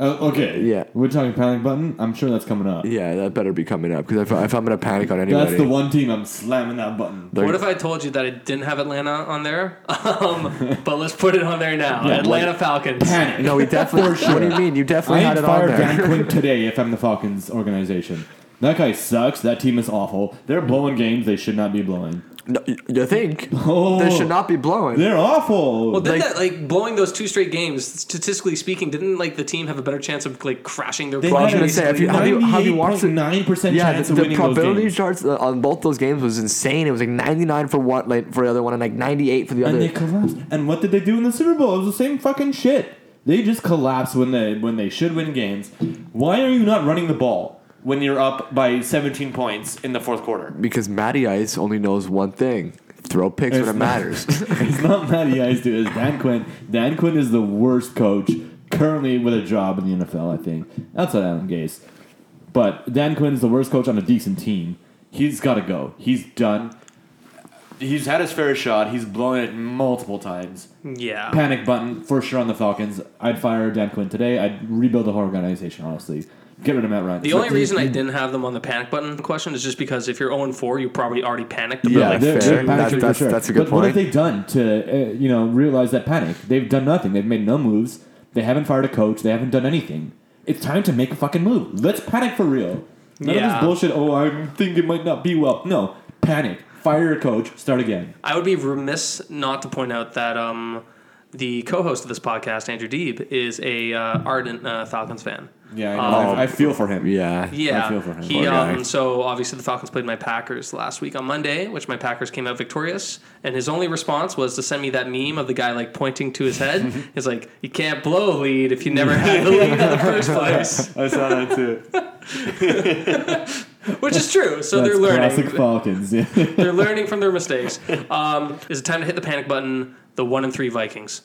S2: Oh, okay.
S3: Yeah.
S2: We're talking panic button. I'm sure that's coming up.
S3: yeah, that better be coming up because if, if I'm gonna panic on anybody,
S2: That's the one team I'm slamming that button.
S3: They're-
S1: What if I told you that I didn't have Atlanta on there? Um, but let's put it on there now.
S2: Yeah,
S1: Atlanta Falcons.
S2: Panic.
S3: No, we definitely. What do you mean? You
S2: I
S3: definitely had
S2: ain't
S3: it on
S2: fired
S3: there.
S2: Dan Quinn today if I'm the Falcons organization. That guy sucks. That team is awful. They're blowing games they should not be blowing.
S3: No, you- you think
S2: Oh,
S3: they should not be blowing?
S2: They're awful.
S1: Well, didn't
S3: Like-
S1: that like blowing those two straight games? Statistically speaking, didn't like the team have a better chance of like crashing their
S3: I was
S1: plans?
S3: gonna say, if you- have you- have you watched it?
S2: nine percent
S3: Yeah,
S2: chance
S3: the,
S2: of
S3: the
S2: winning those
S3: probability
S2: games?
S3: charts uh, on both those games was insane. It was like 99 for one, like for the other one, and like 98 for the
S2: And
S3: other.
S2: they collapsed. And what did they do in the Super Bowl? It was the same fucking shit. They just collapse when they when they should win games. Why are you not running the ball when you're up by 17 points in the fourth quarter?
S3: because Matty Ice only knows one thing: throw picks
S2: It's
S3: when it
S2: not-
S3: matters.
S2: It's not Matty Ice, dude. It's Dan Quinn. Dan Quinn is the worst coach currently with a job in the NFL, I think, outside Adam Gase. But Dan Quinn is the worst coach on a decent team. He's got to go. He's done. He's had his fair shot. He's blown it multiple times.
S1: yeah,
S2: Panic button for sure on the Falcons. I'd fire Dan Quinn today. I'd rebuild the whole organization, honestly. Get rid of Matt Ryan.
S1: the only reason I didn't have them on the panic button question is just because if you're 0 4, you probably already panicked. about,
S3: Yeah,
S1: like,
S3: they're-
S1: two-
S3: they're- That's-
S2: panicking for
S3: that's- that's a good
S2: but What have
S3: point.
S2: they done to uh, you know realize that panic? They've done nothing. They've made no moves. They haven't fired a coach. They haven't done anything. It's time to make a fucking move. Let's panic for real. None of
S1: Yeah.
S2: this bullshit. Oh, I think it might not be well. No, panic. Fire a coach. Start again.
S1: I would be remiss not to point out that um, the co-host of this podcast, Andrew Deeb, is a uh, ardent uh, Falcons fan.
S2: Yeah, I,
S1: know.
S2: I, I feel for him.
S3: yeah,
S1: Yeah,
S2: I feel for him.
S1: he.
S3: Poor guy.
S1: Um, so obviously the Falcons played my Packers last week on Monday, which my Packers came out victorious. And his only response was to send me that meme of the guy like pointing to his head. He's like, "You can't blow a lead if you never had the lead in the first place,"
S2: I saw that too.
S1: which is true. So
S2: That's
S1: they're learning.
S2: classic Falcons. Yeah.
S1: They're learning from their mistakes. Um, is it time to hit the panic button? The one and three Vikings.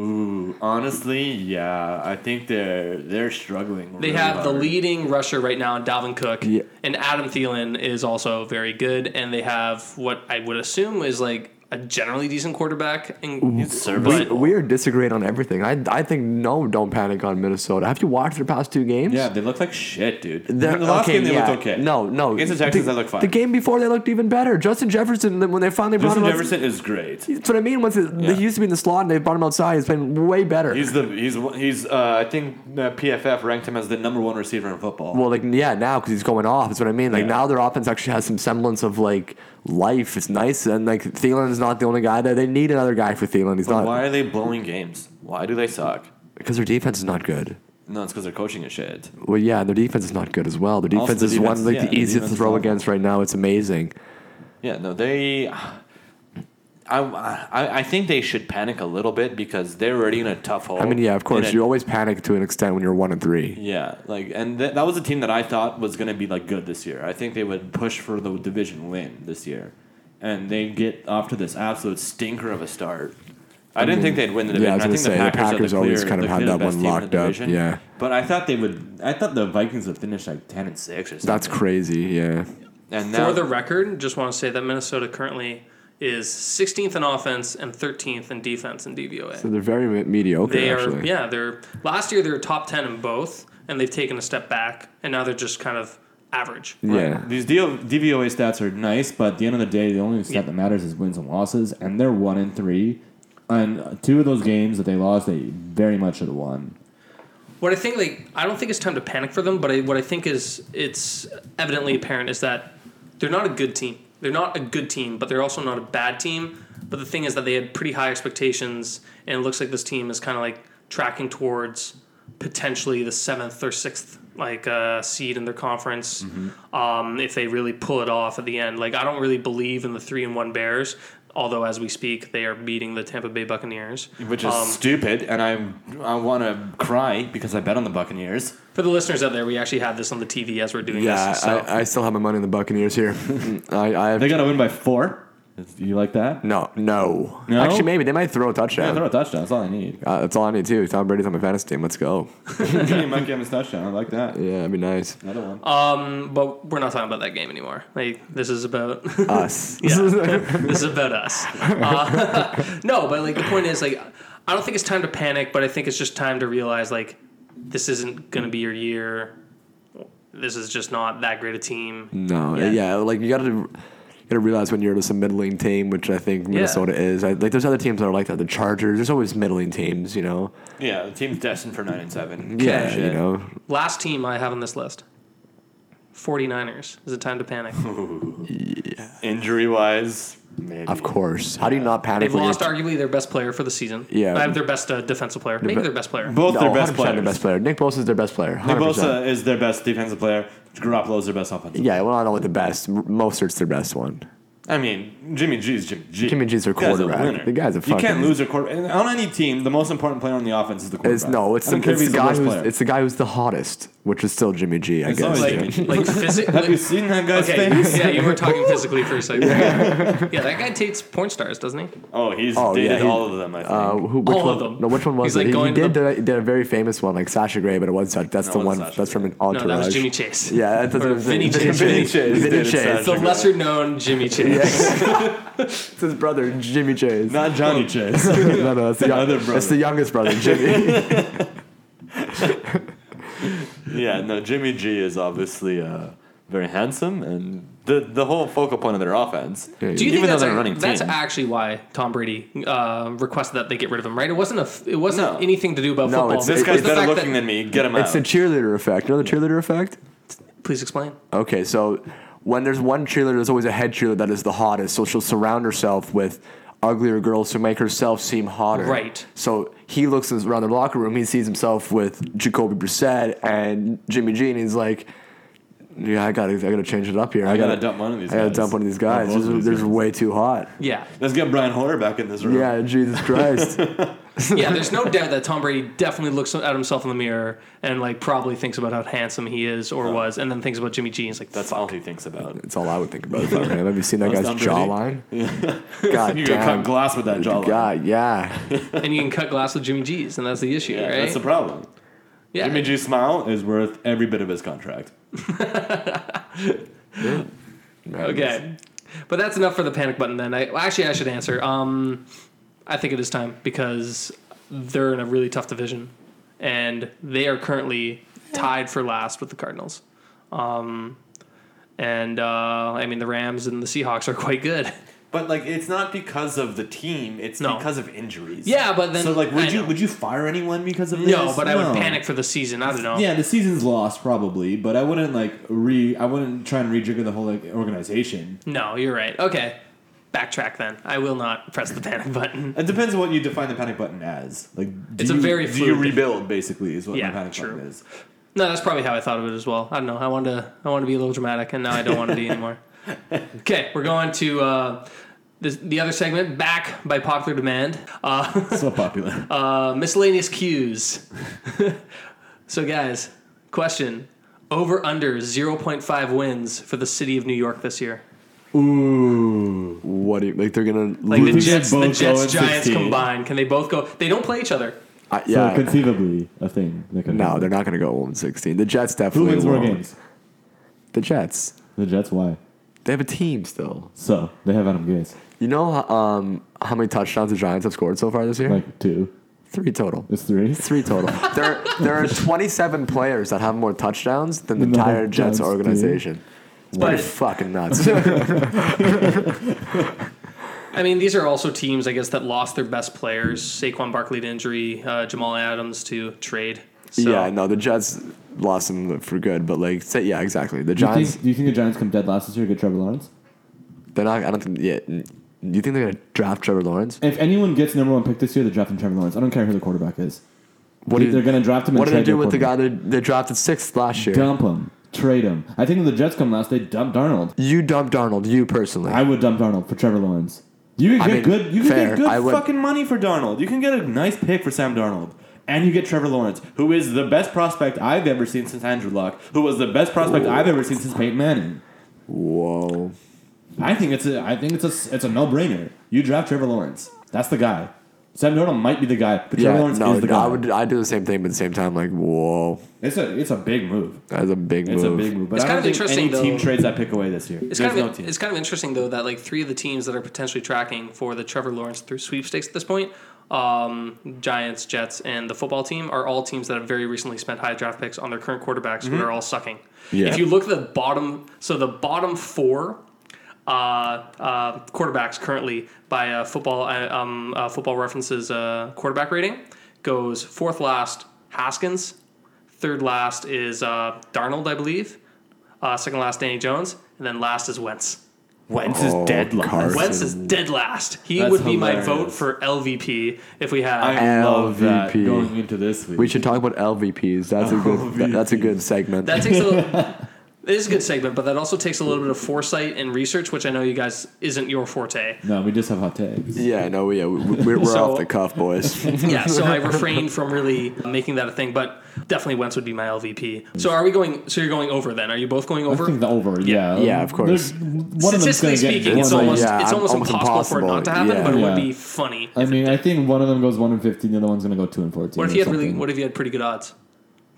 S2: Ooh, honestly, yeah, I think they're they're struggling.
S1: They
S2: really
S1: have the
S2: hard.
S1: leading rusher right now in Dalvin Cook,
S3: Yeah.
S1: and Adam Thielen is also very good. And they have what I would assume is like a generally decent quarterback. In,
S2: service.
S3: We,
S1: but
S3: we are disagreeing on everything. I, I think no, don't panic on Minnesota. Have you watched their past two games?
S2: Yeah, they look like shit, dude.
S3: They're-
S2: the last
S3: okay,
S2: game they
S3: yeah.
S2: looked okay.
S3: No, no.
S2: Against the Texans,
S3: the,
S2: they looked fine.
S3: The game before, they looked even better. Justin Jefferson, th- when they finally brought
S2: Justin
S3: him,
S2: Jefferson is great.
S3: Out, that's what I mean. Once it,
S2: Yeah.
S3: he used to be in the slot, and they brought him outside. He's playing way better.
S2: He's the he's he's uh, I think uh, PFF ranked him as the number one receiver in football.
S3: well, like yeah, now because he's going off. That's what I mean. Like
S2: Yeah.
S3: now, their offense actually has some semblance of like life. It's nice, and like Thielen is not the only guy there. They need another guy for Thielen. He's
S2: But
S3: not
S2: why are they blowing games? Why do they suck?
S3: because their defense is not good.
S2: No, it's because they're coaching is shit.
S3: Well, yeah, and their defense is not good as well. Their
S2: Also,
S3: defense
S2: the
S3: is
S2: defense-
S3: one like
S2: yeah,
S3: the
S2: the
S3: easiest
S2: defense
S3: to
S2: is
S3: throw
S2: awful.
S3: against right now. It's amazing.
S2: Yeah, no, they. I, I I think they should panic a little bit because they're already in a tough hole.
S3: I mean, yeah, of course,
S2: In a-
S3: you always panic to an extent when you're one and three.
S2: yeah, like, and th- that was a team that I thought was going to be like good this year. I think they would push for the division win this year, and they get off to this absolute stinker of a start. I, didn't think they'd win the
S3: Mm-hmm. yeah, I
S2: division.
S3: was gonna
S2: think
S3: say, the
S2: are
S3: Packers always kind of
S2: the
S3: had
S2: clear
S3: that
S2: best team
S3: one
S2: in the
S3: locked up,
S2: division.
S3: yeah.
S2: but I thought they would. I thought the Vikings would finish like ten and six or something.
S3: That's crazy. Yeah.
S2: And now
S1: for the record, just want to say that Minnesota currently is 16th in offense and 13th in defense in DVOA.
S3: So they're very me- mediocre.
S1: they are
S3: actually.
S1: yeah they're last year they were top 10 in both and they've taken a step back and now they're just kind of average
S3: Yeah.
S2: These DL DVOA stats are nice, but at the end of the day, the only stat
S1: Yeah.
S2: that matters is wins and losses, and they're one and three. And two of those games that they lost, they very much should have won.
S1: what i think like i don't think it's time to panic for them but I, what i think is it's evidently apparent is that they're not a good team they're not a good team but they're also not a bad team but the thing is that they had pretty high expectations and it looks like this team is kind of like tracking towards potentially the seventh or sixth like uh, seed in their conference
S3: Mm-hmm.
S1: um, if they really pull it off at the end. Like I don't really believe in the three and one Bears, although as we speak they are beating the Tampa Bay Buccaneers.
S2: Which is
S1: Um,
S2: stupid, and I I want to cry because I bet on the Buccaneers.
S1: for the listeners out there, we actually had this on the TV as we're doing
S3: Yeah,
S1: this. So.
S3: I, I still have my money in the Buccaneers here. I, I have,
S2: They got to win by four. You like that?
S3: no, no,
S2: No?
S3: Actually, maybe they might throw a
S2: Yeah,
S3: touchdown.
S2: throw a touchdown. That's all I need.
S3: uh, that's all I need too. Tom Brady's on my fantasy team. Let's go.
S2: you might give him a touchdown. I like that.
S3: Yeah, that'd be nice.
S2: Another one.
S1: um, but we're not talking about that game anymore. Like this is about
S3: Us.
S1: this is about us. Uh, no, but like the point is, like, I don't think it's time to panic, but I think it's just time to realize, like, this isn't going to be your year. This is just not that great a team.
S3: No, yeah.
S1: Yeah.
S3: like you gotta, you gotta realize when you're just a middling team, which I think Minnesota is. I, like there's other teams that are like that. The Chargers. There's always middling teams, you know.
S2: yeah, the team's destined for nine and seven.
S3: Yeah,
S2: Cash
S3: you
S2: in.
S3: know.
S1: Last team I have on this list 49ers. Is it time to panic?
S2: Injury wise, maybe.
S3: Of course. How do you not panic?
S1: They've
S3: when you're-
S1: lost arguably their best player for the season.
S3: Yeah.
S1: I have their best uh, defensive player. Maybe
S3: be-
S1: their best player.
S2: Both
S3: No,
S2: their best
S3: 100%
S2: players.
S3: Oh, their best player. Nick Bosa is their best player. 100%.
S2: Nick Bosa is their best defensive player. Garoppolo is their best offensive.
S3: Yeah, well, I don't know what the best. Mostert's their best one.
S2: I mean, Jimmy G's Jimmy G.
S3: Jimmy G's their
S2: The guy's a
S3: quarterback.
S2: winner.
S3: The guy's a
S2: You can't
S3: fucking-
S2: lose your quarterback. On any team, the most important player on the offense is the quarterback.
S3: It's no, it's
S2: I
S3: the,
S2: don't care
S3: it's
S2: if
S3: the
S2: he's
S3: guy
S2: worst
S3: who's
S2: player.
S3: it's the guy who's the hottest, which is still Jimmy G, I
S2: It's
S3: guess.
S2: always
S3: yeah.
S2: Jimmy G.
S1: Like, physically.
S2: Have you seen that guy's face?
S1: okay. Yeah, you were talking physically for a second. Yeah, that guy dates porn stars, doesn't he?
S2: Oh, he's
S3: Oh, yeah,
S2: dated
S3: he's-
S2: all of them. I think.
S3: Uh, who, which
S1: All
S3: one,
S1: of them.
S3: No, which one was
S1: He's,
S3: it?
S1: like,
S3: he,
S1: going
S3: he
S1: to
S3: did, did, a, did a very famous one, like Sasha Gray, but it wasn't. Sasha- That's
S2: No,
S3: the
S2: it
S3: one.
S2: wasn't Sasha
S3: That's from an
S1: No,
S3: entourage.
S1: that was Jimmy Chase.
S3: Yeah, that's
S1: Or
S3: what I'm
S1: Vinny
S3: saying.
S1: Chase.
S2: Vinny Chase.
S3: Vinny
S2: Vinny
S3: Chase.
S2: Chase.
S1: The lesser known Jimmy Chase.
S3: It's his brother, Jimmy Chase.
S2: Not Johnny Chase.
S3: no, no, that's the, young,
S2: Other
S3: that's
S2: brother.
S3: the youngest brother, Jimmy.
S2: yeah, no, Jimmy G is obviously uh, very handsome and the the whole focal point of their offense.
S3: Yeah,
S1: Do you
S2: Even
S1: think
S2: though
S1: that's,
S2: they're
S1: ac-
S2: a running
S1: that's
S2: team.
S1: actually why Tom Brady uh, requested that they get rid of him? Right? It wasn't a. f- It wasn't
S2: No.
S1: anything to do about
S3: No,
S1: football.
S3: it's-
S2: This
S1: It
S2: guy's
S1: was the
S2: better
S1: fact
S2: looking
S1: that-
S2: than me. Get him
S3: it's
S2: out.
S3: the cheerleader effect. You know the cheerleader effect?
S1: Please explain.
S3: Okay, so when there's one cheerleader, there's always a head cheerleader that is the hottest. So she'll surround herself with uglier girls to make herself seem hotter.
S1: Right.
S3: So he looks around the locker room. He sees himself with Jacoby Brissett and Jimmy G, and he's like, "Yeah, I gotta, I gotta change it up here. I,
S2: gotta dump one of these
S3: I gotta
S2: guys.
S3: dump one of these
S2: Or
S3: guys.
S2: both of
S3: They're,
S2: these
S3: they're
S2: guys."
S3: way too hot."
S1: Yeah.
S2: Let's get Brian Hoyer back in this room.
S3: Yeah, Jesus Christ.
S1: yeah, there's no doubt that Tom Brady definitely looks at himself in the mirror and like probably thinks about how handsome he is or was, and then thinks about Jimmy G. And he's like,
S2: That's all he thinks about.
S3: That's all I would think about. If I were him. Have you seen that
S2: That's
S3: guy's
S2: Tom
S3: jawline? God
S2: You gotta
S3: damn.
S2: cut glass with that jawline.
S3: God, yeah.
S1: and you can cut glass with Jimmy G's, and that's the issue,
S2: Yeah,
S1: right?
S2: That's the problem.
S1: yeah.
S2: Jimmy G's smile is worth every bit of his contract.
S1: Okay, but that's enough for the panic button. Then I well, actually I should answer. Um, I think it is time because they're in a really tough division, and they are currently tied for last with the Cardinals. Um, and uh, I mean the Rams and the Seahawks are quite good.
S2: But like, it's not because of the team. It's
S1: No.
S2: because of injuries.
S1: Yeah, but then-
S2: so like,
S1: I
S2: would you
S1: know.
S2: would you fire anyone because of this?
S1: No, but I would panic for the season. I don't know.
S2: Yeah, the season's lost probably, but I wouldn't like re. I wouldn't try and rejigger the whole like organization.
S1: No, you're right. Okay, backtrack then. I will not press the panic button.
S2: It depends on what you define the panic button as. Like, do
S1: It's a
S2: you-
S1: very
S2: do you
S1: fluid-
S2: rebuild basically is what
S1: Yeah,
S2: the panic
S1: true.
S2: button is.
S1: No, that's probably how I thought of it as well. I don't know. I wanted to. I wanted to be a little dramatic, and now I don't want to be anymore. Okay, we're going to uh, this, the other segment, back by popular demand. Uh,
S2: So popular.
S1: uh, miscellaneous cues. so, guys, question: Over under zero point five wins for the city of New York this year.
S2: Ooh.
S3: What do you, like they're gonna
S1: Like the
S3: lose?
S2: they
S1: Jets, the
S2: both go
S1: Jets,
S2: at
S1: Giants
S2: 16?
S1: combined. Can they both go? They don't play each other.
S3: I- yeah.
S2: conceivably a thing.
S3: no, they're not gonna go 116. The Jets
S2: Who
S3: definitely
S2: wins more
S3: won't.
S2: games?
S3: The Jets.
S2: The Jets. Why?
S3: They have a team still.
S2: So they have Adam Gase.
S3: You know um, how many touchdowns the Giants have scored so far this year?
S2: Like two.
S3: three total.
S2: It's three.
S3: Three total. there, there are 27 players that have more touchdowns than the
S2: Than the
S3: entire
S2: whole Giants
S3: Jets
S2: team.
S3: organization. It's pretty
S1: But-
S3: fucking nuts.
S1: I mean, these are also teams, I guess, that lost their best players: Saquon Barkley to injury, uh, Jamal Adams to trade. So,
S3: Yeah, no, the Jets lost them for good, but like, say, yeah, exactly. The
S4: Do you,
S3: Giants,
S4: think, do you think the Giants come dead last this year? Get Trevor Lawrence.
S3: they're not. I don't think. Yeah, n- do you think they're gonna draft Trevor Lawrence?
S4: If anyone gets number one pick this year, they're drafting Trevor Lawrence. I don't care who the quarterback is.
S3: What
S4: They-
S3: do you-
S4: they're going to draft him.
S3: What did
S4: and
S3: they
S4: trade
S3: do
S4: their
S3: with the guy
S4: quarterback.
S3: that they drafted sixth last year?
S4: Dump him. Trade him. I think if the Jets come last, they dump Darnold.
S3: You dump Darnold. You personally.
S4: I would dump Darnold for Trevor Lawrence.
S2: You
S3: I
S2: can get
S3: mean,
S2: good. You can
S3: fair.
S2: get good
S3: I would-
S2: fucking money for Darnold. You can get a nice pick for Sam Darnold, and you get Trevor Lawrence, who is the best prospect I've ever seen since Andrew Luck, who was the best prospect I've ever seen since Peyton Manning.
S3: Whoa.
S4: I think it's a. I think it's a. It's a no brainer. You draft Trevor Lawrence. That's the guy. Sam Darnold might be the guy, but Trevor
S3: Yeah,
S4: Lawrence
S3: no,
S4: is the
S3: no,
S4: guy.
S3: I would. I do the same thing, but at the same time, like, whoa,
S4: It's a. It's a big move.
S3: that's a big
S2: It's
S3: move.
S2: a big move. But
S1: It's
S2: I
S1: kind
S2: don't
S1: of
S2: think
S1: interesting,
S2: any team
S1: though.
S2: trades that pick away this year.
S1: It's
S2: There's
S1: kind, of,
S2: no team.
S1: it's kind of interesting though that like three of the teams that are potentially tracking for the Trevor Lawrence through sweepstakes at this point, um, Giants, Jets, and the football team are all teams that have very recently spent high draft picks on their current quarterbacks who are all sucking.
S3: Yeah.
S1: If you look at the bottom, so the bottom four uh, uh, quarterbacks currently by uh, football uh, um, uh, football references uh, quarterback rating goes fourth last Haskins, third last is uh, Darnold, I believe. Uh, second last, Danny Jones, and then last is Wentz.
S2: Wentz is
S3: Oh,
S2: dead last.
S3: Carson.
S1: Wentz is dead last. He
S2: That's
S1: would be my vote
S2: hilarious.
S1: for LVP if we had.
S2: I love that
S3: LVP.
S2: going into this week.
S3: We should talk about LVPs. That's a good. that- That's a good segment.
S1: that takes a little. It is a good segment, but that also takes a little bit of foresight and research, which I know you guys isn't your forte.
S4: No, we just have hot takes.
S3: yeah, no, yeah, we- we're, we're
S1: So-
S3: off the cuff, boys.
S1: Yeah, so I refrained from really making that a thing, but definitely Wentz would be my LVP. So are we going? So you're going over then? Are you both going
S4: I
S1: over?
S4: think the over. Yeah.
S3: Yeah, of course.
S4: There's- One of them's
S1: Statistically
S4: going to get.
S1: speaking, it's
S4: one of them-
S1: almost
S3: yeah,
S1: it's almost,
S3: almost
S1: impossible, for it not to
S3: impossible,
S1: happen,
S3: yeah.
S1: but it would
S4: Yeah.
S1: be funny.
S4: I mean, I think one of them goes one and fifteen. The other one's going to go two and fourteen.
S1: What if
S4: or
S1: you had really?
S4: something.
S1: What if you had pretty good odds?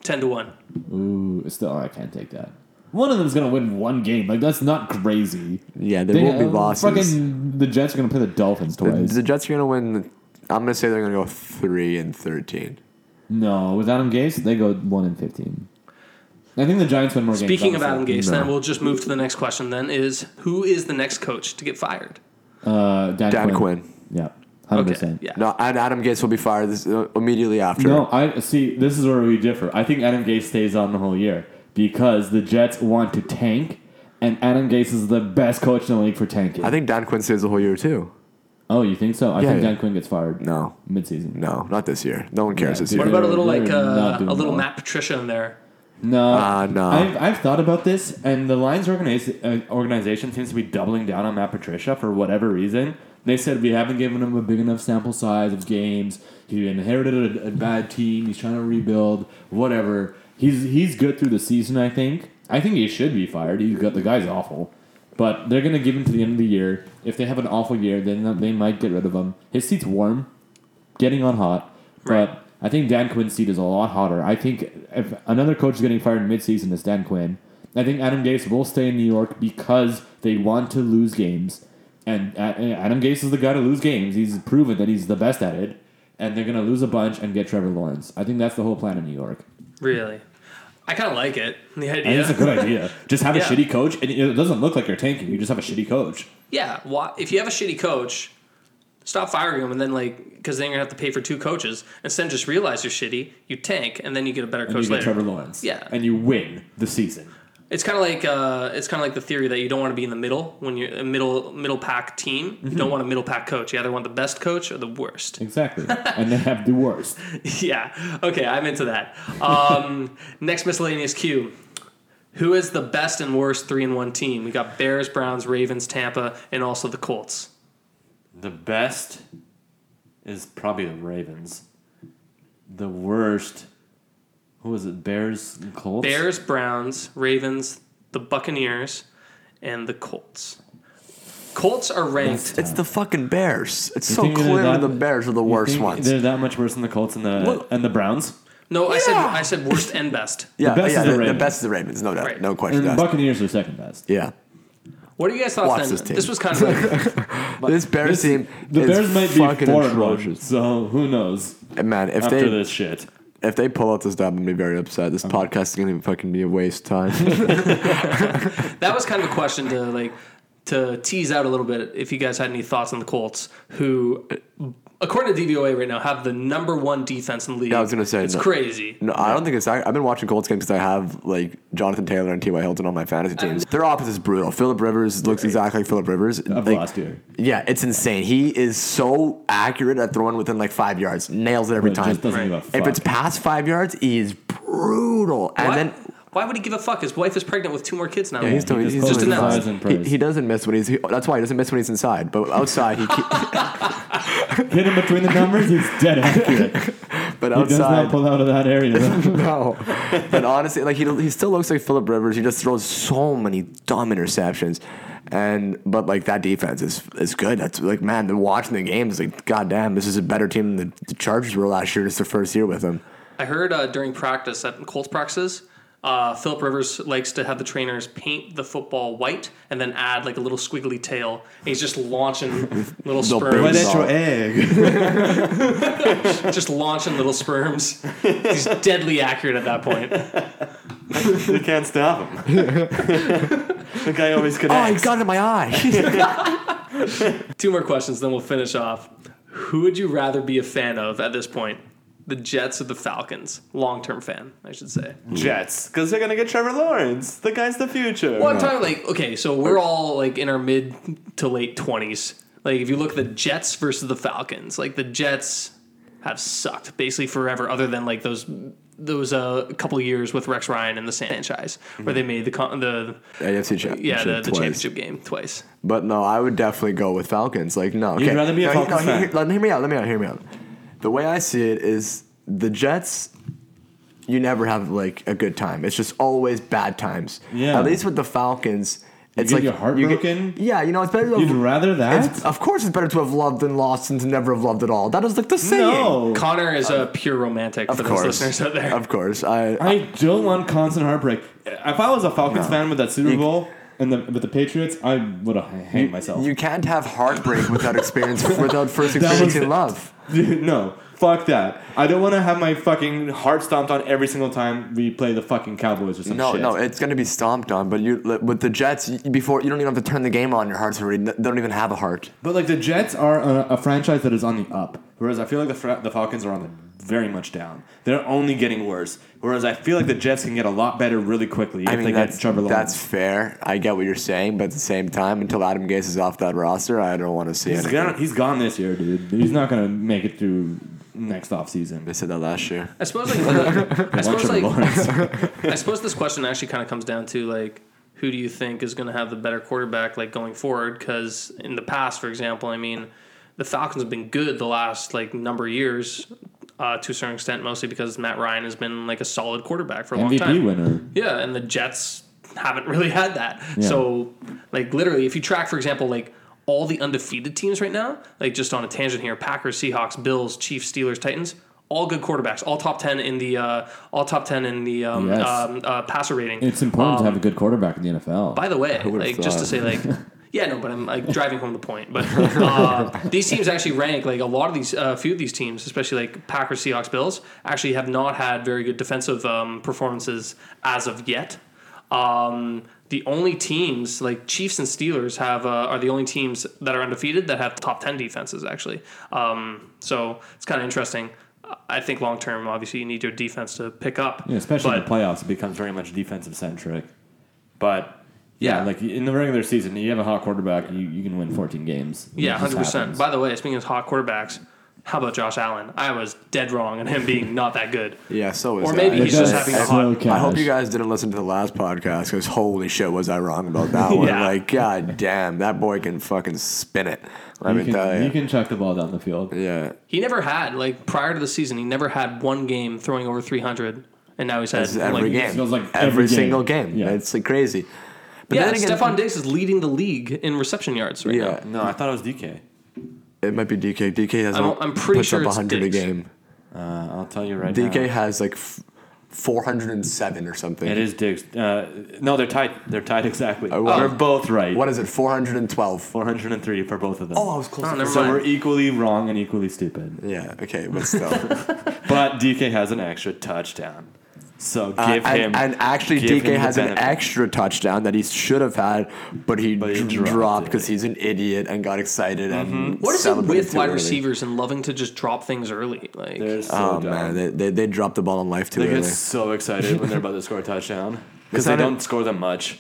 S1: Ten to one.
S4: Ooh, still, I can't take that. One of them's gonna win one game. Like that's not crazy.
S3: Yeah, there will be losses.
S4: uh, Fucking the Jets are gonna play the Dolphins
S3: The,
S4: twice.
S3: the Jets are gonna win. I'm gonna say they're gonna go three and thirteen.
S4: no, with Adam Gase, they go one and fifteen. I think the Giants win more games.
S1: Speaking of Adam
S4: obviously.
S1: Gase, then we'll just move to the next question. Then is who is the next coach to get fired?
S4: uh, Dan,
S3: Dan
S4: Quinn.
S3: Quinn.
S4: Yeah, hundred
S1: Okay,
S4: percent.
S1: yeah.
S3: No, and Adam Gates will be fired this, uh, immediately after.
S4: No, I see. This is where we differ. I think Adam Gase stays on the whole year because the Jets want to tank, and Adam Gase is the best coach in the league for tanking.
S3: I think Dan Quinn stays the whole year too.
S4: oh, you think so? I
S3: Yeah,
S4: think
S3: yeah.
S4: Dan Quinn gets fired
S3: No,
S4: midseason.
S3: no, not this year. No one cares
S4: Yeah,
S3: this
S4: dude.
S1: What
S3: year.
S1: about a little
S4: They're
S1: like uh,
S4: not
S1: a
S4: doing
S1: little
S4: well.
S1: Matt Patricia in there?
S4: No,
S3: Uh, no.
S4: I've, I've thought about this, and the Lions organiz- uh, organization seems to be doubling down on Matt Patricia for whatever reason.
S2: They said we haven't given him a big enough sample size of games. He inherited a, a bad team. He's trying to rebuild. Whatever. He's he's good through the season. I think. I think he should be fired. He's got the guy's awful. But they're gonna give him to the end of the year. If they have an awful year, then they might get rid of him. His seat's warm, getting on hot.
S1: Right.
S2: But I think Dan Quinn's seat is a lot hotter. I think if another coach is getting fired midseason, it's Dan Quinn. I think Adam Gase will stay in New York because they want to lose games, and uh, Adam Gase is the guy to lose games. He's proven that he's the best at it, and they're gonna lose a bunch and get Trevor Lawrence. I think that's the whole plan in New York.
S1: Really, I kind of like it. The
S2: And
S1: idea.
S2: it's a good idea. Just have
S1: Yeah.
S2: a shitty coach, and it doesn't look like you're tanking. You just have a shitty coach.
S1: yeah. Why, if you have a shitty coach, stop firing him, and then like because then you're gonna have to pay for two coaches. Instead, just realize you're shitty. You tank, and then you get a better
S2: And
S1: coach
S2: you get
S1: later.
S2: Trevor Lawrence.
S1: Yeah.
S2: And you win the season.
S1: It's kind of like uh, it's kind of like the theory that you don't want to be in the middle when you're a middle middle pack team. You
S2: Mm-hmm.
S1: don't want a middle pack coach. You either want the best coach or the worst.
S2: Exactly. and they have the worst.
S1: yeah. Okay, I'm into that. Um, next miscellaneous cue. Who is the best and worst three and one team? We got Bears, Browns, Ravens, Tampa, and also the Colts.
S5: The best is probably the Ravens. The worst, who was it? Bears and Colts.
S1: Bears, Browns, Ravens, the Buccaneers, and the Colts. Colts are ranked.
S3: It's the fucking Bears. It's
S5: You
S3: so
S5: think they're
S3: clear
S5: that-
S3: the Bears are the
S5: you
S3: worst
S5: think
S3: ones.
S5: They're that much worse than the Colts and the
S3: Well-
S5: and the Browns.
S1: No, I said
S3: Yeah.
S1: I said worst and best.
S3: Yeah,
S2: best
S3: yeah,
S2: is the
S3: the, the
S2: Ravens.
S3: best is the Ravens, no doubt,
S1: Right.
S3: no question.
S2: And the
S3: asked.
S2: Buccaneers are second best.
S3: yeah,
S1: What are you guys thoughts
S3: Watch
S1: on
S3: this team.
S1: This was kind of like,
S3: this
S2: This-
S3: Bears team,
S2: the
S3: is
S2: Bears might be
S3: fucking
S2: four and one,
S3: atrocious.
S2: so who knows?
S3: And man, if
S5: After
S3: they
S5: this shit,
S3: if they pull out this dub, I'm gonna be very upset. This podcast is gonna fucking be a waste of time.
S1: that was kind of a question to like to tease out a little bit if you guys had any thoughts on the Colts, who according to DVOA right now have the number one defense in the league.
S3: I was gonna say,
S1: it's
S3: no-
S1: crazy.
S3: no, I don't think it's. I, I've been watching Colts games because I have like Jonathan Taylor and T.Y. Hilton on my fantasy teams. Their offense is brutal. Philip Rivers looks exactly like Philip Rivers
S2: Of
S3: Like,
S2: last year.
S3: Yeah, it's insane. He is so accurate at throwing within like five yards. Nails it every
S2: But it
S3: time.
S2: just doesn't give a
S3: If
S2: fuck.
S3: it's past five yards, he is brutal. And
S1: Why-
S3: then
S1: why would he give a fuck? His wife is pregnant with two more kids now.
S3: Yeah, he's doing.
S2: just
S3: He's
S2: posted
S3: doing
S1: his
S3: fine.
S2: eyes in
S3: he,
S2: praise.
S3: he doesn't miss when he's. He, that's why he doesn't miss when he's inside. But outside, he. Keep,
S2: Hit him between the numbers, he's dead accurate.
S3: but
S2: He does not
S3: outside,
S2: pull out of that area. though.
S3: no. But honestly, like he, he still looks like Philip Rivers. He just throws so many dumb interceptions, and but like that defense is is good. That's like man, been watching the games. Like goddamn, this is a better team than the, the Chargers were last year. It's their first year with him.
S1: I heard uh, during practice at Colts practices, uh, Philip Rivers likes to have the trainers paint the football white and then add like a little squiggly tail. And he's just launching little
S3: Little
S1: sperms,
S3: birds. your
S2: egg.
S1: just launching little sperms. He's deadly accurate at that point.
S5: they can't stop him. the guy always
S3: Oh, he
S5: connects.
S3: got it in my eye.
S1: Two more questions, then we'll finish off. Who would you rather be a fan of at this point? The Jets or the Falcons? Long term fan, I should say.
S5: Jets, because they're gonna get Trevor Lawrence. The guy's the future.
S1: Well, I'm talking like, okay, so we're all like in our mid to late 20s. Like, if you look at the Jets versus the Falcons, like the Jets have sucked basically forever, other than like those. Those uh, couple years with Rex Ryan and the franchise, where they made the con- the
S3: AFC champ-
S1: yeah the, the
S3: Mm-hmm. twice.
S1: championship game twice.
S3: But no, I would definitely go with Falcons. Like no, okay.
S5: rather be a
S3: No,
S5: Falcons
S3: no,
S5: fan.
S3: Hear, let- hear me out. Let me out. Hear me out. The way I see it is the Jets. You never have like a good time. It's just always bad times.
S2: Yeah.
S3: At least with the Falcons, it's
S2: get
S3: like
S2: your heart
S3: you get-
S2: broken?
S3: yeah, you know it's better. To
S2: You'd
S3: have-
S2: rather that?
S3: it's- of course, it's better to have loved than lost than to never have loved at all. That is like the saying.
S2: No.
S1: Connor is a pure romantic for
S3: Of
S1: those
S3: course.
S1: listeners out there.
S3: Of course. I,
S2: I don't want
S5: constant heartbreak.
S2: If I was a Falcons
S3: No.
S2: fan with that Super
S3: You-
S2: Bowl and the, with the Patriots, I would have hanged myself.
S3: You can't have heartbreak without experience without first
S2: was
S3: experiencing
S2: it.
S3: love.
S2: Dude, no, fuck that. I don't want to have my fucking heart stomped on every single time we play the fucking Cowboys or some
S3: No,
S2: shit.
S3: no, it's going to be stomped on. But you li- with the Jets you- before you don't even have to turn the game on. Your heart's already they don't even have a heart.
S2: But like the Jets are a, a franchise that is on the up, whereas I feel like the fra- the Falcons are on the very much down. They're only getting worse. Whereas I feel like the Jets can get a lot better really quickly
S3: I
S2: if they
S3: mean,
S2: get
S3: that's
S2: Trevor
S3: that's
S2: Lawrence.
S3: fair. I get what you're saying, but at the same time, until Adam Gase is off that roster, I don't want to see
S2: He's
S3: it.
S2: gone, he's gone this year, dude. He's not gonna make it through next off season.
S3: They said that last year.
S1: I suppose like the, I
S2: Want
S1: suppose
S2: Trevor
S1: like
S2: Lawrence.
S1: I suppose this question actually kind of comes down to like who do you think is going to have the better quarterback like going forward? Because in the past, for example, I mean, the Falcons have been good the last like number of years. Uh, to a certain extent, mostly because Matt Ryan has been like a solid quarterback for a long time.
S4: MVP winner.
S1: Yeah, and the Jets haven't really had that. So, like, literally, if you track, for example, like all the undefeated teams right now, like just on a tangent here Packers, Seahawks, Bills, Chiefs, Steelers, Titans. All good quarterbacks, all top ten in the uh, all top ten in the um,
S4: Yes.
S1: um, uh, passer rating.
S4: It's important
S1: Um,
S4: to have a good quarterback in the NFL.
S1: By the way,
S3: would've
S1: like just to
S3: thought.
S1: say, like, yeah, no, but I'm like driving home the point. But uh, these teams actually rank like a lot of these, a few of these teams, especially like Packers, Seahawks, Bills, actually have not had very good defensive um, performances as of yet. Um, the only teams like Chiefs and Steelers have uh, are the only teams that are undefeated that have top ten defenses actually. Um, so it's kind of interesting. I think long term, obviously, you need your defense to pick up.
S4: Yeah, especially
S1: but
S4: in the
S2: playoffs, it becomes very much defensive centric. But yeah,
S1: Yeah.
S2: like in the regular season, you have a hot quarterback, you, you can win 14 games.
S1: Yeah,
S2: It just
S1: hundred percent.
S2: happens.
S1: By the way, speaking of hot quarterbacks, how about Josh Allen? I was dead wrong on him being not that good.
S3: Yeah, so is
S1: Or
S3: that.
S1: maybe he's
S4: Because
S1: just having a
S4: slow
S1: hot.
S4: cash.
S3: I hope you guys didn't listen to the last podcast because holy shit, was I wrong about that one?
S1: Yeah.
S3: Like, god damn, that boy can fucking spin it. Let me
S4: you
S3: tell
S4: can,
S3: you.
S4: you can chuck the ball down the field.
S3: yeah,
S1: He never had like prior to the season. He never had one game throwing over three hundred, and now he's had
S3: it's every
S1: like,
S3: game.
S4: feels like
S3: every,
S4: every game.
S3: single game.
S4: Yeah.
S3: It's like crazy. But
S1: Yeah,
S3: then again,
S1: Stephon Diggs is leading the league in reception yards right now.
S3: yeah,
S2: No, I thought it was DK.
S3: it might be DK. DK has.
S1: I'm-
S3: like,
S1: I'm pretty
S3: pushed
S1: sure
S3: up
S1: it's
S3: 100 a
S1: Diggs.
S3: game.
S2: Uh, I'll tell you right
S3: DK
S2: now.
S3: has like f- 407 or something.
S2: It is Diggs. Uh, no, they're tied. They're tied exactly.
S3: I
S2: We're
S3: wonder-
S2: both right.
S3: What is it? 412.
S2: 403 for both of them.
S3: Oh, I was close.
S1: Oh,
S3: to
S1: never
S2: so
S1: mind.
S2: we're equally wrong and equally stupid.
S3: Yeah. Okay, but still,
S2: But DK has an extra touchdown. So give
S3: Uh, and,
S2: him.
S3: and actually,
S2: give him
S3: DK
S2: the
S3: has an
S2: benefit.
S3: extra touchdown that he should have had, but he,
S2: But he
S3: dr-
S2: dropped
S3: dropped
S2: it. Mm-hmm.
S3: because he's an idiot and got excited and
S1: What is it
S3: celebrated
S1: with
S3: too
S1: wide
S3: early.
S1: receivers and loving to just drop things early? Like
S2: They're so
S3: Oh
S2: dumb.
S3: man, they, they they dropped the ball on life too
S2: They get
S3: early.
S2: so excited when they're about to score a touchdown
S3: Is
S2: because they
S3: that a-
S2: don't score them much.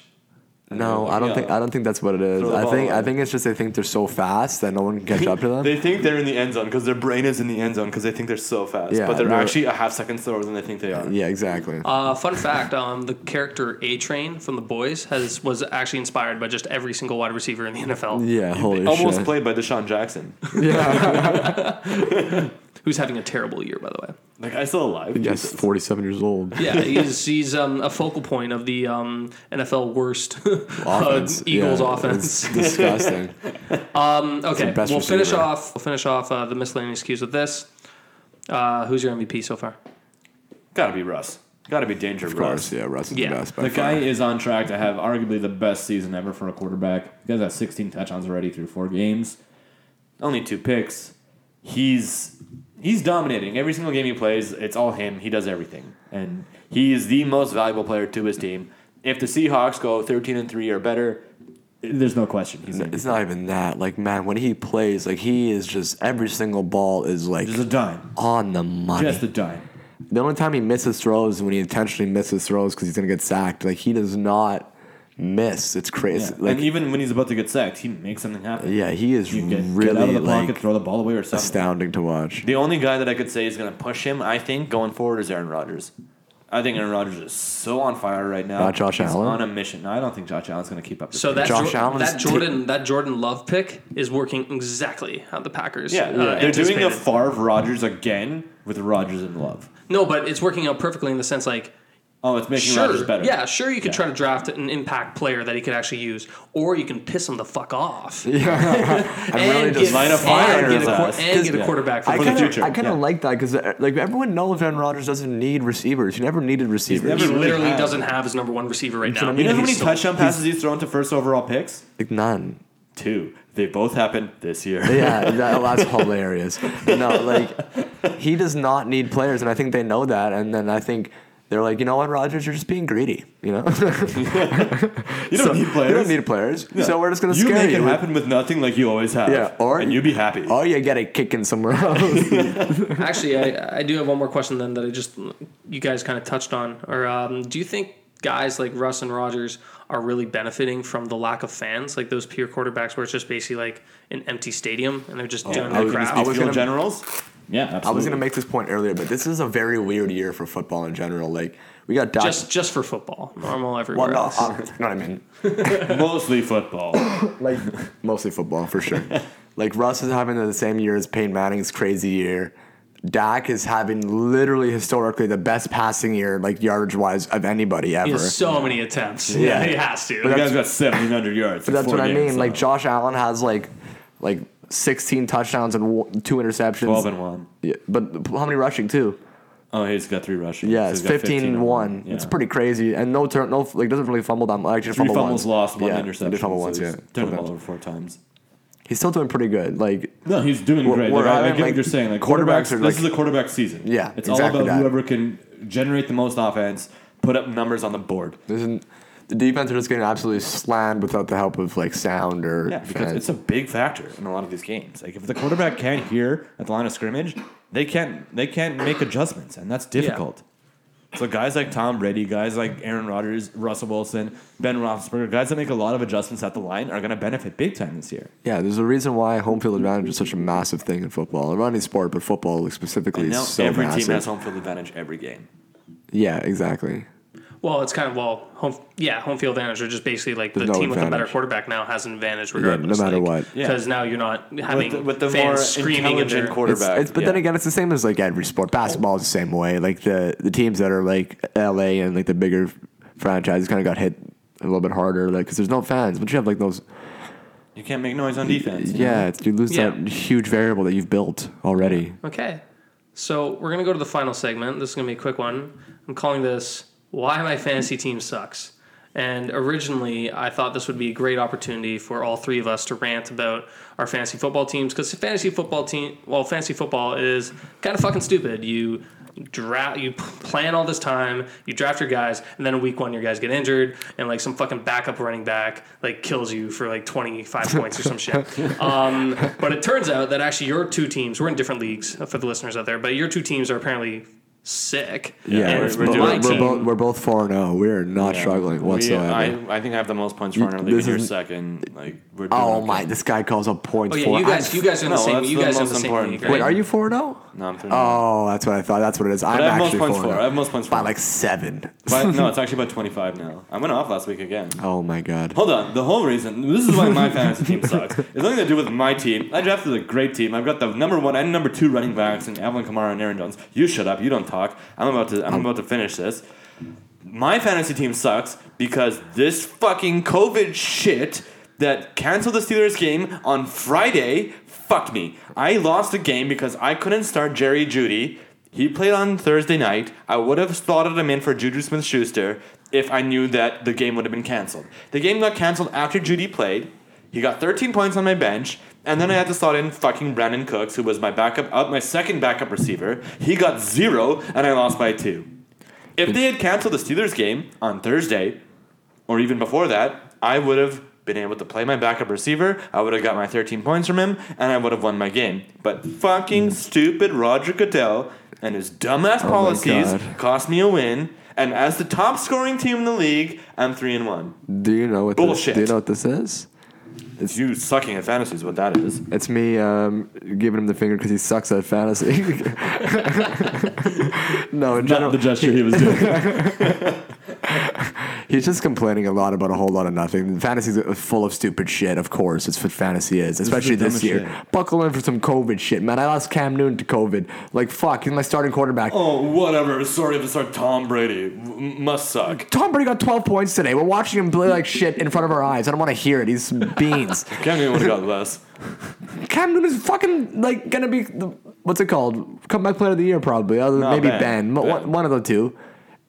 S3: No, I don't
S2: Yeah.
S3: think I don't think that's what it is.
S2: Throw the
S3: I
S2: ball
S3: think I
S2: away.
S3: think it's just they think they're so fast that no one can catch up to them.
S2: They think they're in the end zone because their brain is in the end zone because they think they're so fast.
S3: Yeah,
S2: but they're
S3: they're-
S2: actually a half second slower than they think they are.
S3: yeah, exactly.
S1: Uh, fun fact: um, the character A Train from The Boys has was actually inspired by just every single wide receiver in the NFL
S3: yeah, holy
S2: Almost
S3: shit.
S2: played by Deshaun Jackson.
S3: yeah,
S1: who's having a terrible year, by the way.
S2: The guy's still alive.
S3: yes,
S2: Jesus.
S3: forty-seven years old.
S1: Yeah, he's he's um, a focal point of the um, NFL worst
S3: Offense,
S1: uh, Eagles
S3: yeah,
S1: offense.
S3: It's disgusting.
S1: Um, okay,
S3: the best
S1: we'll finish
S3: receiver.
S1: off. We'll finish off uh, the miscellaneous cues with this. Uh, who's your MVP so far?
S2: Gotta be Russ. Gotta be Danger
S3: of
S2: Russ.
S3: course, yeah, Russ is
S1: Yeah.
S3: the best. By
S4: The
S3: far.
S4: guy is on track to have arguably the best season ever for a quarterback. The guy's got 16 touchdowns already through four games.
S2: Only two picks. He's he's dominating every single game he plays. It's all him. He does everything, and he is the most valuable player to his team. If the Seahawks go thirteen and three or better,
S4: There's no question. He's
S3: It's not even that. Like, man, when he plays, like he is just every single ball is like
S4: just a dime.
S3: on the money.
S4: Just a dime.
S3: the only time he misses throws is when he intentionally misses throws because he's gonna get sacked. Like he does not miss. It's crazy.
S2: and
S3: Like
S2: even when he's about to get sacked, he makes something happen.
S3: yeah, he is
S4: You get,
S3: really
S4: get out of the pocket,
S3: like
S4: throw the ball away or something.
S3: astounding to watch.
S2: The only guy that I could say is going to push him, I think, going forward is Aaron Rodgers. I think Aaron Rodgers is so on fire right now.
S3: Not Josh
S2: He's
S3: Allen?
S2: on a mission. No, I don't think Josh Allen's going to keep up. this
S1: So
S2: pace.
S1: that
S3: Josh
S1: Jor-
S3: Allen's
S1: that Jordan that Jordan Love pick is working exactly how the Packers.
S2: yeah,
S1: uh,
S2: they're doing a
S1: anticipated.
S2: Favre Rodgers again with Rodgers in love.
S1: no, but it's working out perfectly in the sense like
S2: Oh, it's making
S1: sure,
S2: Rodgers better.
S1: yeah, sure you could
S2: Yeah.
S1: try to draft an impact player that he could actually use, or you can piss him the fuck off.
S3: I'm really
S1: And
S3: just
S1: get-
S2: light a fire
S1: and
S2: under
S1: get
S2: his
S1: a quar-
S2: ass.
S1: and get a
S2: Yeah.
S1: quarterback
S3: I
S1: for the
S2: kinda-
S1: future.
S2: future,
S3: I kind of
S2: yeah.
S3: like that because like everyone knows Aaron Rodgers doesn't need receivers. He never needed receivers.
S2: never-
S1: He
S2: really
S1: literally
S2: has.
S1: doesn't have his number one receiver right now.
S2: You know how
S1: He's
S2: many
S1: still-
S2: touchdown passes he's thrown to first overall picks?
S3: like none.
S2: Two. They both happened this year.
S3: Yeah, that, that's hilarious. No, like he does not need players, and I think they know that. And then I think they're like, you know what, Rogers, you're just being greedy. You know,
S2: You don't need players.
S3: you don't need players, so we're just gonna
S2: You
S3: scare
S2: make
S3: you.
S2: it happen with nothing like you always have.
S3: Yeah, or-
S2: and you'd be happy.
S3: Oh, you get it kicking somewhere else.
S1: Actually, I, I do have one more question then that I just you guys kind of touched on. Or um, do you think guys like Russ and Rogers are really benefiting from the lack of fans, like those pure quarterbacks, where it's just basically like an empty stadium and they're just doing
S2: Oh, I
S1: their
S2: would-
S1: crap?
S2: I was
S3: gonna-
S2: generals.
S4: Yeah, absolutely.
S3: I was going to make this point earlier, but this is a very weird year for football in general. Like we got Doc.
S1: Just just for football, normal
S3: well,
S1: everywhere
S3: no,
S1: else.
S3: uh, you know what I mean.
S2: Mostly football.
S3: like mostly football for sure. like Russ is having the same year as Peyton Manning's crazy year. Dak is having literally historically the best passing year, like yardage wise, of anybody ever.
S1: He has so many attempts.
S3: Yeah.
S1: Yeah, he has to.
S2: The guy's got 1,700 yards. in
S3: That's
S2: four
S3: what I
S2: games,
S3: mean.
S2: so
S3: Like Josh Allen has like like 16 touchdowns and w- two interceptions.
S2: 12 and 1.
S3: Yeah, but how many rushing too?
S2: Oh, he's got three rushes.
S3: Yeah,
S2: So
S3: it's
S2: he's got
S3: 15 and one.
S2: Yeah.
S3: It's pretty crazy, and no turn, no like doesn't really fumble that much. Actually,
S2: Three
S3: fumbled
S2: fumbles
S3: once.
S2: lost, one
S3: Yeah, he did
S2: interception.
S3: fumble once,
S2: he's
S3: yeah.
S2: Turned the
S3: Fumbled.
S2: ball over four times.
S3: He's still doing pretty good. Like
S2: No, he's doing
S3: We're-
S2: great.
S3: we're
S2: Like, I, I
S3: having,
S2: get
S3: like,
S2: what you're saying. Like
S3: quarterbacks
S2: quarterbacks,
S3: are,
S2: this
S3: like-
S2: is a quarterback season.
S3: Yeah,
S2: it's
S3: exactly
S2: all about
S3: that.
S2: whoever can generate the most offense, put up numbers on the board.
S3: This isn't, the defense are just getting absolutely slammed without the help of like sound or
S2: Yeah, because
S3: fans.
S2: it's a big factor in a lot of these games. Like if the quarterback can't hear at the line of scrimmage, they can't they can't make adjustments, and that's difficult. So guys like Tom Brady, guys like Aaron Rodgers, Russell Wilson, Ben Roethlisberger, guys that make a lot of adjustments at the line are going to benefit big time this year.
S3: yeah. There's a reason why home field advantage is such a massive thing in football, around any sport, but football like, specifically
S2: And
S3: is
S2: now
S3: so
S2: every
S3: massive.
S2: team has home field advantage every game.
S3: yeah, exactly.
S1: Well, it's kind of well, home, yeah, home field advantage, or just basically like the
S3: There's no
S1: team with a better
S3: advantage.
S1: quarterback now has an advantage
S3: no
S1: regardless.
S3: matter
S1: like,
S3: what.
S2: Yeah.
S1: because now you're not having
S2: the- with the
S1: fans
S2: more
S1: screaming at their
S2: intelligent
S3: It's,
S2: quarterback.
S3: it's- but then
S2: yeah.
S3: again, it's the same as like every sport. Basketball is the same way. Like the the teams that are like L.A. and like the bigger franchises kind of got hit a little bit harder, like because there's no fans. But you have like those,
S2: you can't make noise on defense. you know?
S3: yeah, it's, you lose
S1: Yeah.
S3: that huge variable that you've built already.
S1: Okay, so we're gonna go to the final segment. This is gonna be a quick one. I'm calling this "Why My Fantasy Team Sucks." And originally, I thought this would be a great opportunity for all three of us to rant about our fantasy football teams because fantasy football team, well, fantasy football is kind of fucking stupid. You draft, you p- plan all this time, you draft your guys, and then in week one, your guys get injured, and like some fucking backup running back like kills you for like 25 points or some shit. Um, but it turns out that actually your two teams, we're in different leagues uh, for the listeners out there, but your two teams are apparently sick.
S3: Yeah,
S1: And
S3: we're,
S2: we're
S1: my
S2: doing-
S3: bo- we're,
S1: team-
S3: both we're both four and zero. We're not
S2: Yeah.
S3: struggling
S2: We-
S3: whatsoever.
S2: I, I think I have the most points for our league.
S3: this
S2: You're
S3: is-
S2: second. Like we're doing
S3: Oh
S2: okay.
S3: my! This guy calls up points
S1: Oh yeah,
S3: for.
S1: you guys,
S3: I'm-
S1: you guys are in the
S2: No,
S1: same.
S2: that's
S1: You
S2: the
S1: guys are in
S2: most
S1: the same
S2: important
S1: league.
S2: thing.
S1: Right?
S3: wait, are you four zero?
S2: No, I'm third.
S3: Oh, that's what I thought. That's what it is. I'm
S2: I have most
S3: actually
S2: points
S3: four. oh.
S2: for. I have most points
S3: by
S2: for.
S3: like seven.
S2: But no, it's actually about 25 now. I went off last week again.
S3: Oh my god!
S2: Hold on. The whole reason this is why my fantasy team sucks. It's nothing to do with my team. I drafted a great team. I've got the number one and number two running backs in Evelyn Kamara and Aaron Jones. You shut up. You don't talk. I'm about to. I'm about to finish this. My fantasy team sucks because this fucking COVID shit that canceled the Steelers game on Friday fucked me. I lost the game because I couldn't start Jerry Judy. He played on Thursday night. I would have slotted him in for Juju Smith Schuster if I knew that the game would have been canceled. The game got canceled after Judy played. He got 13 points on my bench, and then I had to slot in fucking Brandon Cooks, who was my backup, uh, my second backup receiver. He got zero, and I lost by two. If they had canceled the Steelers game on Thursday, or even before that, I would have been able to play my backup receiver. I would have got my 13 points from him, and I would have won my game. But fucking stupid Roger Goodell and his
S4: Oh
S2: dumbass policies
S3: God.
S2: cost me a win. And as the top scoring team in the league, I'm three and one.
S3: Do you know what? This,
S2: Bullshit.
S3: do you know what this is?
S2: It's you sucking at fantasy is what that is.
S3: It's me um, giving him the finger because he sucks at fantasy. no, in
S4: not
S3: general,
S4: the gesture he was doing.
S3: he's just complaining a lot about a whole lot of nothing. Fantasy's uh, full of stupid shit. Of course, it's what fantasy is, especially this
S4: dumbest
S3: year.
S4: shit.
S3: Buckle in for some COVID shit, man. I lost Cam Newton to COVID. Like fuck, he's my starting quarterback.
S2: Oh, whatever. Sorry if it's our Tom Brady. M- must suck.
S3: Tom Brady got 12 points today. We're watching him play like shit in front of our eyes. I don't want to hear it. He's some beans.
S2: Cam Newton would have got less.
S3: Cam Newton is fucking like gonna be the, what's it called? Comeback player of the year probably. Other
S2: No,
S3: maybe Ben,
S2: Ben.
S3: but
S2: Ben.
S3: One, one of the two.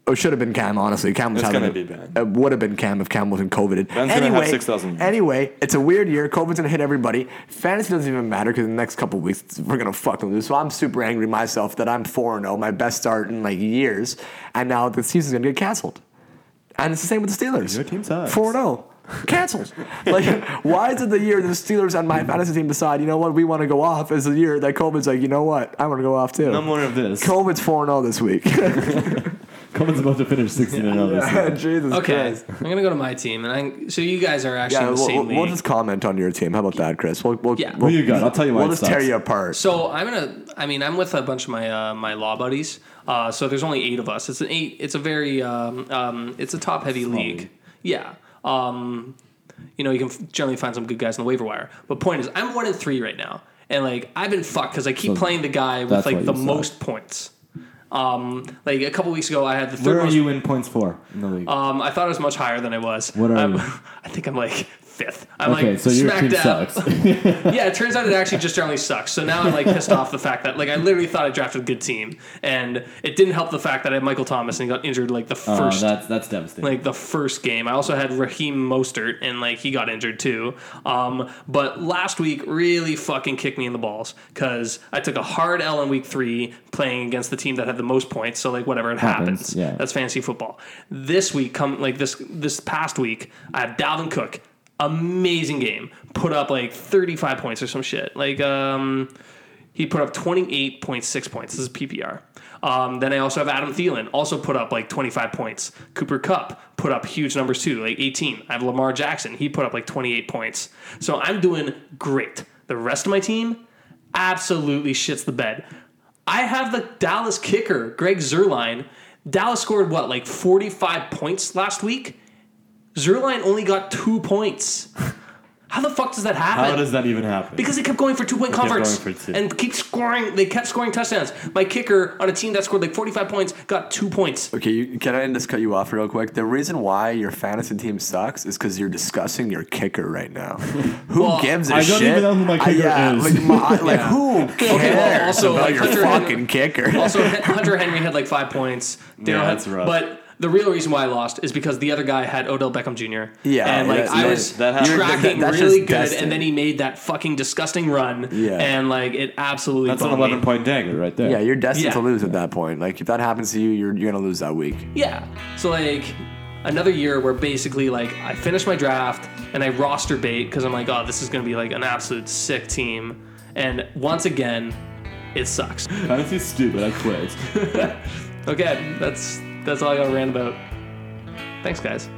S3: Or should have been Cam. Honestly, Cam was
S2: It's
S3: having.
S2: gonna
S3: a-
S2: be Ben.
S3: It would have been Cam if Cam wasn't coveted.
S2: gonna have 6,000.
S3: Anyway, it's a weird year. COVID's gonna hit everybody. Fantasy doesn't even matter because the next couple weeks it's- we're gonna fucking lose. So I'm super angry myself that I'm four and zero, my best start in like years, and now the season's gonna get canceled. And it's the same with the Steelers.
S2: Your team sucks.
S3: Four and zero. Cancelled. like, why is it the year the Steelers and my fantasy team decide? You know what? We want to go off. Is the year that COVID's oh like, you know what? I want to go off too.
S2: No more of this.
S3: COVID's four and zero this week.
S4: Coleman's about to finish 16 and 0 this year.
S3: Jesus
S1: Okay,
S3: Christ.
S1: I'm gonna go to my team, and I so you guys are actually
S3: Yeah,
S1: in the
S3: we'll,
S1: same
S3: we'll, we'll
S1: league.
S3: just comment on your team. How about that, Chris? We'll, we'll,
S1: Yeah.
S3: we'll,
S4: Who you got? I'll tell you why
S3: We'll
S4: it
S3: just
S4: sucks.
S3: tear you apart.
S1: So I'm gonna. I mean, I'm with a bunch of my uh, my law buddies. Uh, so there's only eight of us. It's an eight. It's a very. Um, um, it's a top heavy league. Yeah. Um, you know, you can f- generally find some good guys on the waiver wire. But point is, I'm one in three right now, and like I've been fucked because I keep
S4: So
S1: playing the guy with
S4: that's why
S1: like the
S4: you suck.
S1: most points. Um, like a couple weeks ago, I had the third
S4: Where are
S1: most.
S4: you in points for in the league?
S1: Um, I thought it was much higher than I was.
S4: What are
S1: I'm,
S4: you?
S1: I think I'm like fifth. I'm
S4: okay,
S1: like
S4: so your
S1: smack
S4: team
S1: dab
S4: sucks. Oh,
S1: yeah, it turns out it actually just generally sucks. So now I'm like pissed off the fact that like I literally thought I drafted a good team, and it didn't help the fact that I had Michael Thomas and he got injured like the
S4: Uh,
S1: first
S4: that's that's devastating.
S1: like the first game. I also had Raheem Mostert and like he got injured too. Um, but last week really fucking kicked me in the balls because I took a hard L in week three playing against the team that had the most points. So like whatever it happens,
S4: Happens, yeah.
S1: that's fantasy football. This week come like this this past week I had Dalvin Cook. Amazing game. Put up like 35 points or some shit. Like, um, he put up 28.6 points. This is PPR. Um, then I also have Adam Thielen, also put up like 25 points. Cooper Cup put up huge numbers too, like 18. I have Lamar Jackson. He put up like 28 points. So I'm doing great. The rest of my team absolutely shits the bed. I have the Dallas kicker, Greg Zerline. Dallas scored what, like 45 points last week? Zerline only got two points. How the fuck does that happen?
S2: How does that even happen?
S1: Because they kept going for two point
S2: kept
S1: converts
S2: going for two.
S1: and keep scoring. They kept scoring touchdowns. My kicker on a team that scored like forty five points got two points.
S3: Okay, you, can I just cut you off real quick? The reason why your fantasy team sucks is because you're discussing your kicker right now. Who
S1: Well,
S3: gives a
S4: I
S3: shit?
S4: don't even know who my
S3: I-
S4: kicker
S3: yeah,
S4: is.
S3: Like, my, like who cares
S1: also,
S3: about
S1: like,
S3: your
S1: Hunter
S3: fucking
S1: Henry-
S3: kicker?
S1: Also, Hunter Henry had like five points. Daryl
S2: Yeah,
S1: had-
S2: that's rough.
S1: But the real reason why I lost is because the other guy had Odell Beckham Jr.
S3: Yeah,
S1: and like
S3: that's-
S1: I
S3: that-
S1: was
S2: that happens.
S1: tracking
S3: That- that's
S1: really
S3: just
S1: good,
S3: destined.
S1: and then he made that fucking disgusting run.
S3: Yeah.
S1: and like it absolutely.
S2: That's an
S1: bummed me.
S2: 11 point dagger right there.
S3: yeah, you're destined
S1: Yeah.
S3: to lose at that point. Like if that happens to you, you're you're gonna lose that week.
S1: Yeah. So like another year where basically like I finish my draft and I roster bait because I'm like, oh, this is gonna be like an absolute sick team. And once again, it sucks.
S4: Fantasy's stupid. I quit.
S1: Okay, that's that's all I gotta rant about. Thanks guys.